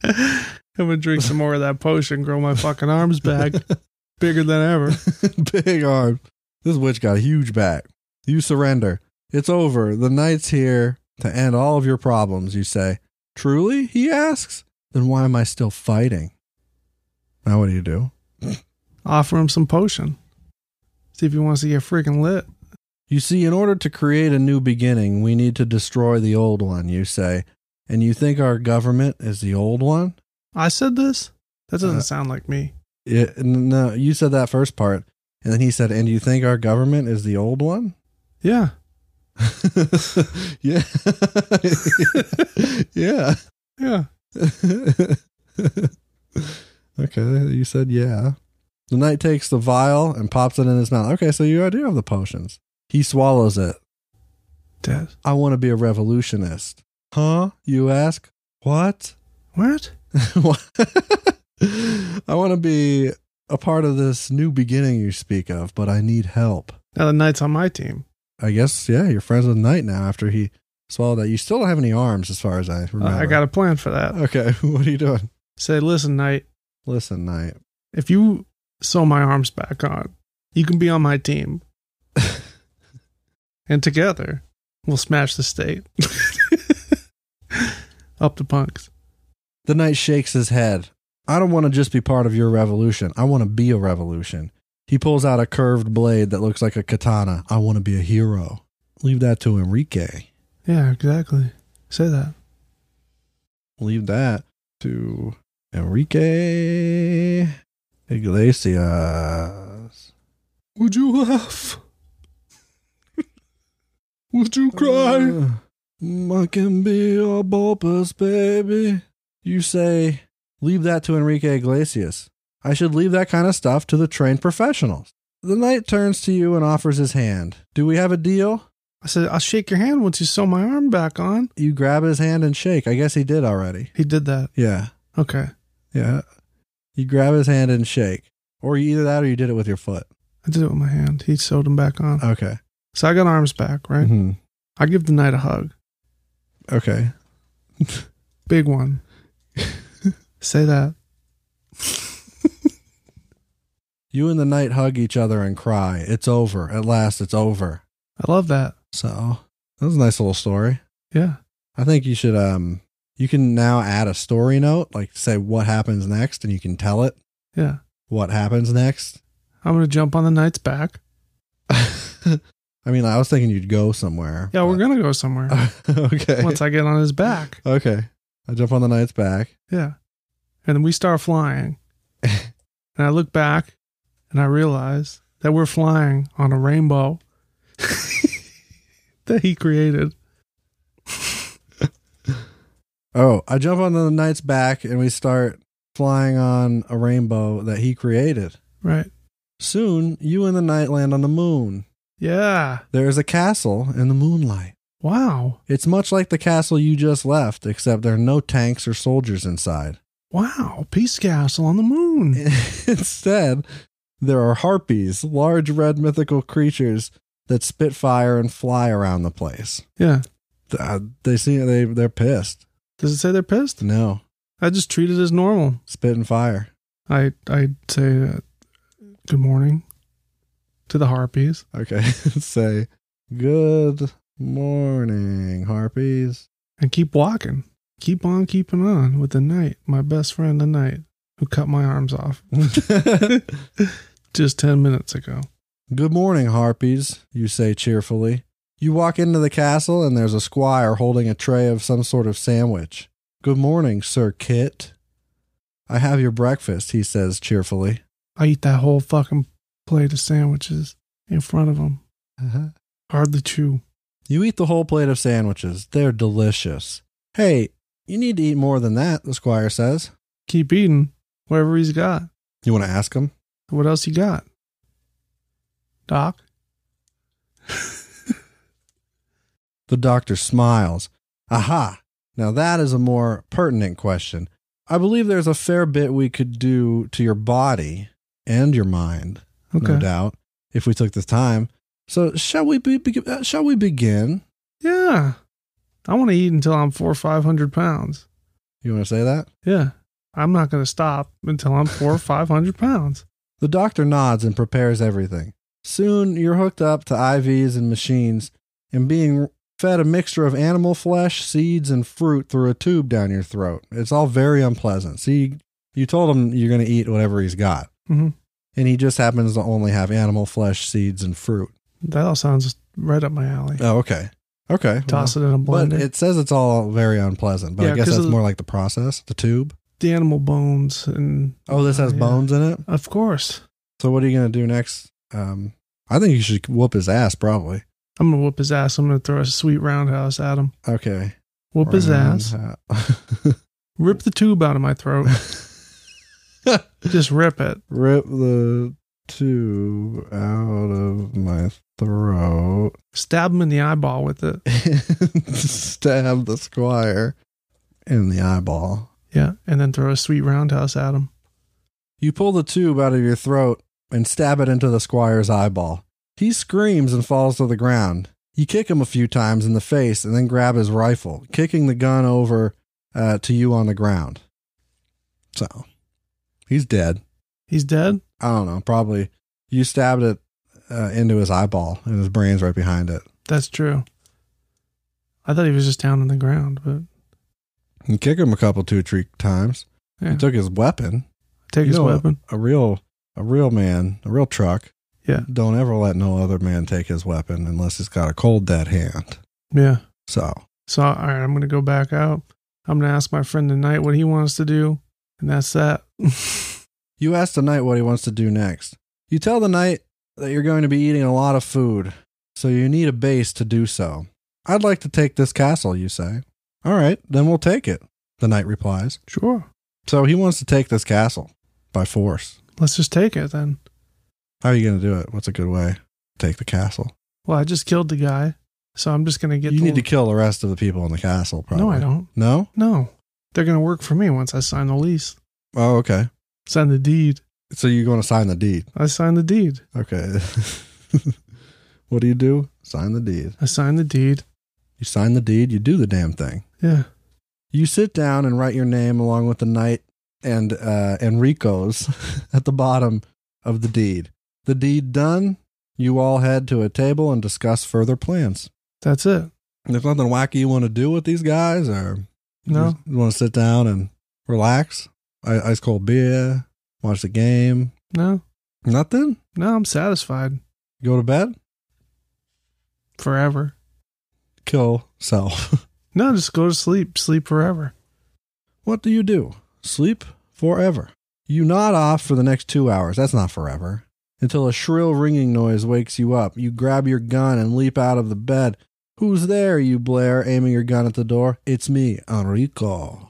A: I'm gonna drink some more of that potion, grow my fucking arms back. Bigger than ever.
B: Big arm. This witch got a huge back. You surrender. It's over. The knight's here to end all of your problems, you say. Truly? He asks. Then why am I still fighting? Now, what do you do?
A: Offer him some potion. See if he wants to get freaking lit.
B: You see, in order to create a new beginning, we need to destroy the old one, you say. And you think our government is the old one?
A: I said this? That doesn't
B: Uh,
A: sound like me.
B: It, n- no, you said that first part. And then he said, And you think our government is the old one?
A: Yeah.
B: yeah. yeah.
A: Yeah.
B: okay, you said yeah. The knight takes the vial and pops it in his mouth. Okay, so you do have the potions. He swallows it.
A: Dead.
B: I want to be a revolutionist. Huh? You ask? What?
A: What?
B: What? I want to be a part of this new beginning you speak of, but I need help.
A: Now the knight's on my team.
B: I guess, yeah, you're friends with Knight now after he swallowed that. You still don't have any arms, as far as I
A: Uh,
B: remember.
A: I got a plan for that.
B: Okay, what are you doing?
A: Say, listen, knight,
B: Listen, Knight.
A: if you sew my arms back on, you can be on my team. and together, we'll smash the state. Up the punks.
B: The Knight shakes his head. I don't want to just be part of your revolution. I want to be a revolution. He pulls out a curved blade that looks like a katana. I want to be a hero. Leave that to Enrique.
A: Yeah, exactly. Say that.
B: leave that to Enrique Iglesias.
A: Would you laugh? Would you
B: Uh, I can be a bulbous baby. You say, leave that to Enrique Iglesias. I should leave that kind of stuff to the trained professionals. The knight turns to you and offers his hand. Do we have a deal?
A: I said, I'll shake your hand once you sew my arm back on.
B: You grab his hand and shake. I guess he did already.
A: He did that.
B: Yeah.
A: Okay.
B: Yeah. You grab his hand and shake. Or you either that or you did it with your foot.
A: I I did it with my hand. He sewed them back on.
B: Okay.
A: So I got arms back, right?
B: Mhm.
A: I give the knight a hug.
B: Okay.
A: Big one. Say that.
B: You and the knight hug each other and cry. It's over. At last, it's over.
A: I love that.
B: So that was a nice little story.
A: Yeah.
B: I think you should. Um, you can now add a story note, like say what happens next, and you can tell it
A: Yeah.
B: what happens next.
A: I'm going to jump on the knight's back.
B: I mean, I was thinking you'd go somewhere.
A: Yeah, we're going to go somewhere
B: gonna. Uh, okay.
A: once I get on his back.
B: okay. I jump on the knight's back.
A: Yeah. And then we start flying. and I look back and I realize that we're flying on a rainbow that he created.
B: Oh, I jump on the knight's back, and we start flying on a rainbow that he created.
A: Right.
B: Soon, you and the knight land on the moon.
A: Yeah.
B: There is a castle in the moonlight.
A: Wow.
B: It's much like the castle you just left, except there are no tanks or soldiers inside.
A: Wow. Peace Castle on the moon.
B: Instead, there are harpies, large red mythical creatures that spit fire and fly around the place.
A: Yeah.
B: Th- uh, They see they they're pissed.
A: Does it say they're pissed?
B: No,
A: I just treat it as normal.
B: spit and fire.
A: I I say uh, good morning to the harpies.
B: Okay, say good morning, harpies.
A: and keep walking. Keep on keeping on with the knight, my best friend the knight, who cut my arms off just 10 minutes ago.
B: Good morning, harpies, you say cheerfully. You walk into the castle and there's a squire holding a tray of some sort of sandwich. Good morning, Sir Kit. I have your breakfast, he says cheerfully.
A: I eat that whole fucking plate of sandwiches in front of him. Hardly chew.
B: You eat the whole plate of sandwiches. They're delicious. Hey, you need to eat more than that, the squire says.
A: Keep eating whatever he's got.
B: You want to ask him?
A: What else he got? Doc?
B: The doctor smiles. Aha! Now that is a more pertinent question. I believe there's a fair bit we could do to your body and your mind,
A: Okay.
B: no doubt, if we took the time. So shall we be, be uh, shall we begin?
A: yeah. I want to eat until I'm four or 500 pounds.
B: You want to say that?
A: Yeah. I'm not going to stop until I'm four or 500 pounds.
B: The doctor nods and prepares everything. Soon you're hooked up to IVs and machines and being fed a mixture of animal flesh, seeds, and fruit through a tube down your throat. It's all very unpleasant. See, you told him you're going to eat whatever he's got.
A: Mhm.
B: And he just happens to only have animal flesh, seeds, and fruit.
A: That all sounds right up my alley.
B: Oh, okay. Okay.
A: Toss it in a
B: Well,
A: blender.
B: but it says it's all very unpleasant, but
A: Yeah,
B: I guess
A: 'cause
B: that's
A: of-
B: more like the process, the tube.
A: the animal bones and
B: Oh, this has
A: yeah.
B: bones in it.
A: of course
B: So what are you going to do next? Um, I think you should whoop his ass, probably.
A: i'm gonna whoop his ass i'm gonna throw a sweet roundhouse at him
B: Okay.
A: whoop his
B: Round
A: ass
B: hat.
A: rip the tube out of my throat just rip it
B: Rip the tube out of my throat.
A: stab him in the eyeball with it
B: And stab the squire in the eyeball.
A: yeah and then throw a sweet roundhouse at him
B: You pull the tube out of your throat and stab it into the squire's eyeball. He screams and falls to the ground. You kick him a few times in the face and then grab his rifle, kicking the gun over uh, to you on the ground. So he's dead.
A: he's dead
B: I don't know, probably you stabbed it uh, into his eyeball and his brain's right behind it.
A: that's true i thought he was just down on the ground but
B: You kick him a couple, two, three times.
A: Yeah.
B: You took his weapon,
A: take
B: You
A: his
B: know,
A: weapon
B: a real, a real man, a real truck.
A: Yeah.
B: Don't ever let no other man take his weapon unless he's got a cold dead hand.
A: yeah
B: So
A: so all right i'm gonna go back out i'm gonna ask my friend tonight what he wants to do and that's that
B: you ask the knight what he wants to do next. You tell the knight that you're going to be eating a lot of food, so you need a base to do so. I'd like to take this castle, you say. All right, then we'll take it. The knight replies.
A: sure
B: So he wants to take this castle by force.
A: let's just take it then
B: How are you going to do it? What's a good way? Take the castle.
A: Well, I just killed the guy, so I'm just gonna get.
B: you
A: the
B: need to kill the rest of the people in the castle, probably.
A: No, I don't.
B: No?
A: No, they're gonna work for me once I sign the lease,
B: Oh, okay.
A: sign the deed.
B: So you're going to sign the deed.
A: I signed the deed.
B: Okay. what do you do? Sign the deed.
A: I signed the deed.
B: You sign the deed, you do the damn thing.
A: Yeah.
B: You sit down and write your name along with the knight and uh, Enrico's at the bottom of the deed. The deed done, you all head to a table and discuss further plans.
A: That's it.
B: There's nothing wacky you want to do with these guys, or
A: No.
B: you want to sit down and relax, I- ice cold beer, watch the game,
A: No.
B: nothing.
A: No, I'm satisfied
B: Go to bed,
A: forever.
B: kill self.
A: No, just go to sleep. Sleep forever.
B: What do you do? Sleep forever. You nod off for the next two hours. That's not forever. Until a shrill ringing noise wakes you up. You grab your gun and leap out of the bed. Who's there? You blare, aiming your gun at the door. It's me, Enrico.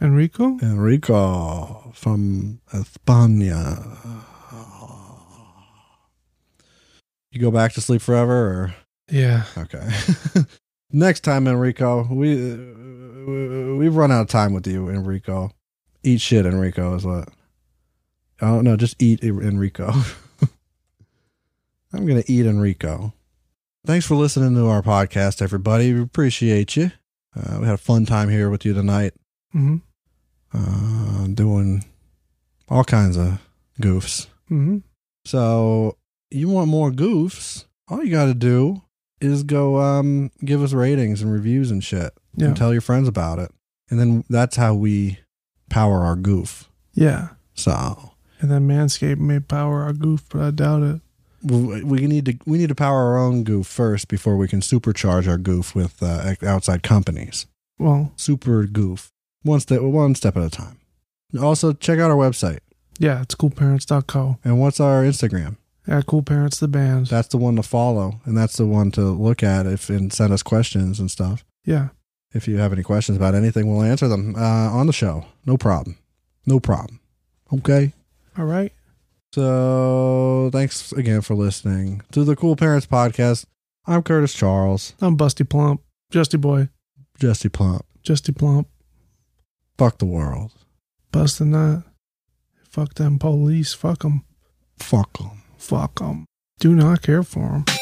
A: Enrico?
B: Enrico from España. You go back to sleep forever, or
A: Yeah.
B: Okay. Next time, Enrico, we uh, we've run out of time with you, Enrico. Eat shit, Enrico is what. Oh no, just eat Enrico. I'm gonna eat Enrico. Thanks for listening to our podcast, everybody. We appreciate you. Uh, we had a fun time here with you tonight,
A: Mm
B: uh, doing all kinds of goofs.
A: hmm. Mm hmm.
B: So you want more goofs? All you got to do is go um, give us ratings and reviews and shit,
A: Yeah.
B: and tell your friends about it, and then that's how we power our goof.
A: Yeah.
B: So
A: And then Manscaped may power our goof, but I doubt it.
B: we we need to we need to power our own goof first before we can supercharge our goof with uh, outside companies.
A: Well,
B: Super goof, one step one step at a time. Also, check out our website
A: yeah, it's coolparents.co.
B: and what's our Instagram.
A: At Cool Parents the Band.
B: That's the one to follow, and that's the one to look at if and send us questions and stuff.
A: yeah.
B: If you have any questions about anything, we'll answer them uh, on the show. No problem. No problem. Okay.
A: All right.
B: So thanks again for listening to the Cool Parents Podcast. I'm Curtis Charles,
A: I'm Busty Plump. Justy Boy.
B: Jesse Plump.
A: Justy Plump.
B: Fuck the world.
A: Bust the nut. Fuck them police. Fuck them.
B: Fuck them.
A: Fuck them. Do not care for them.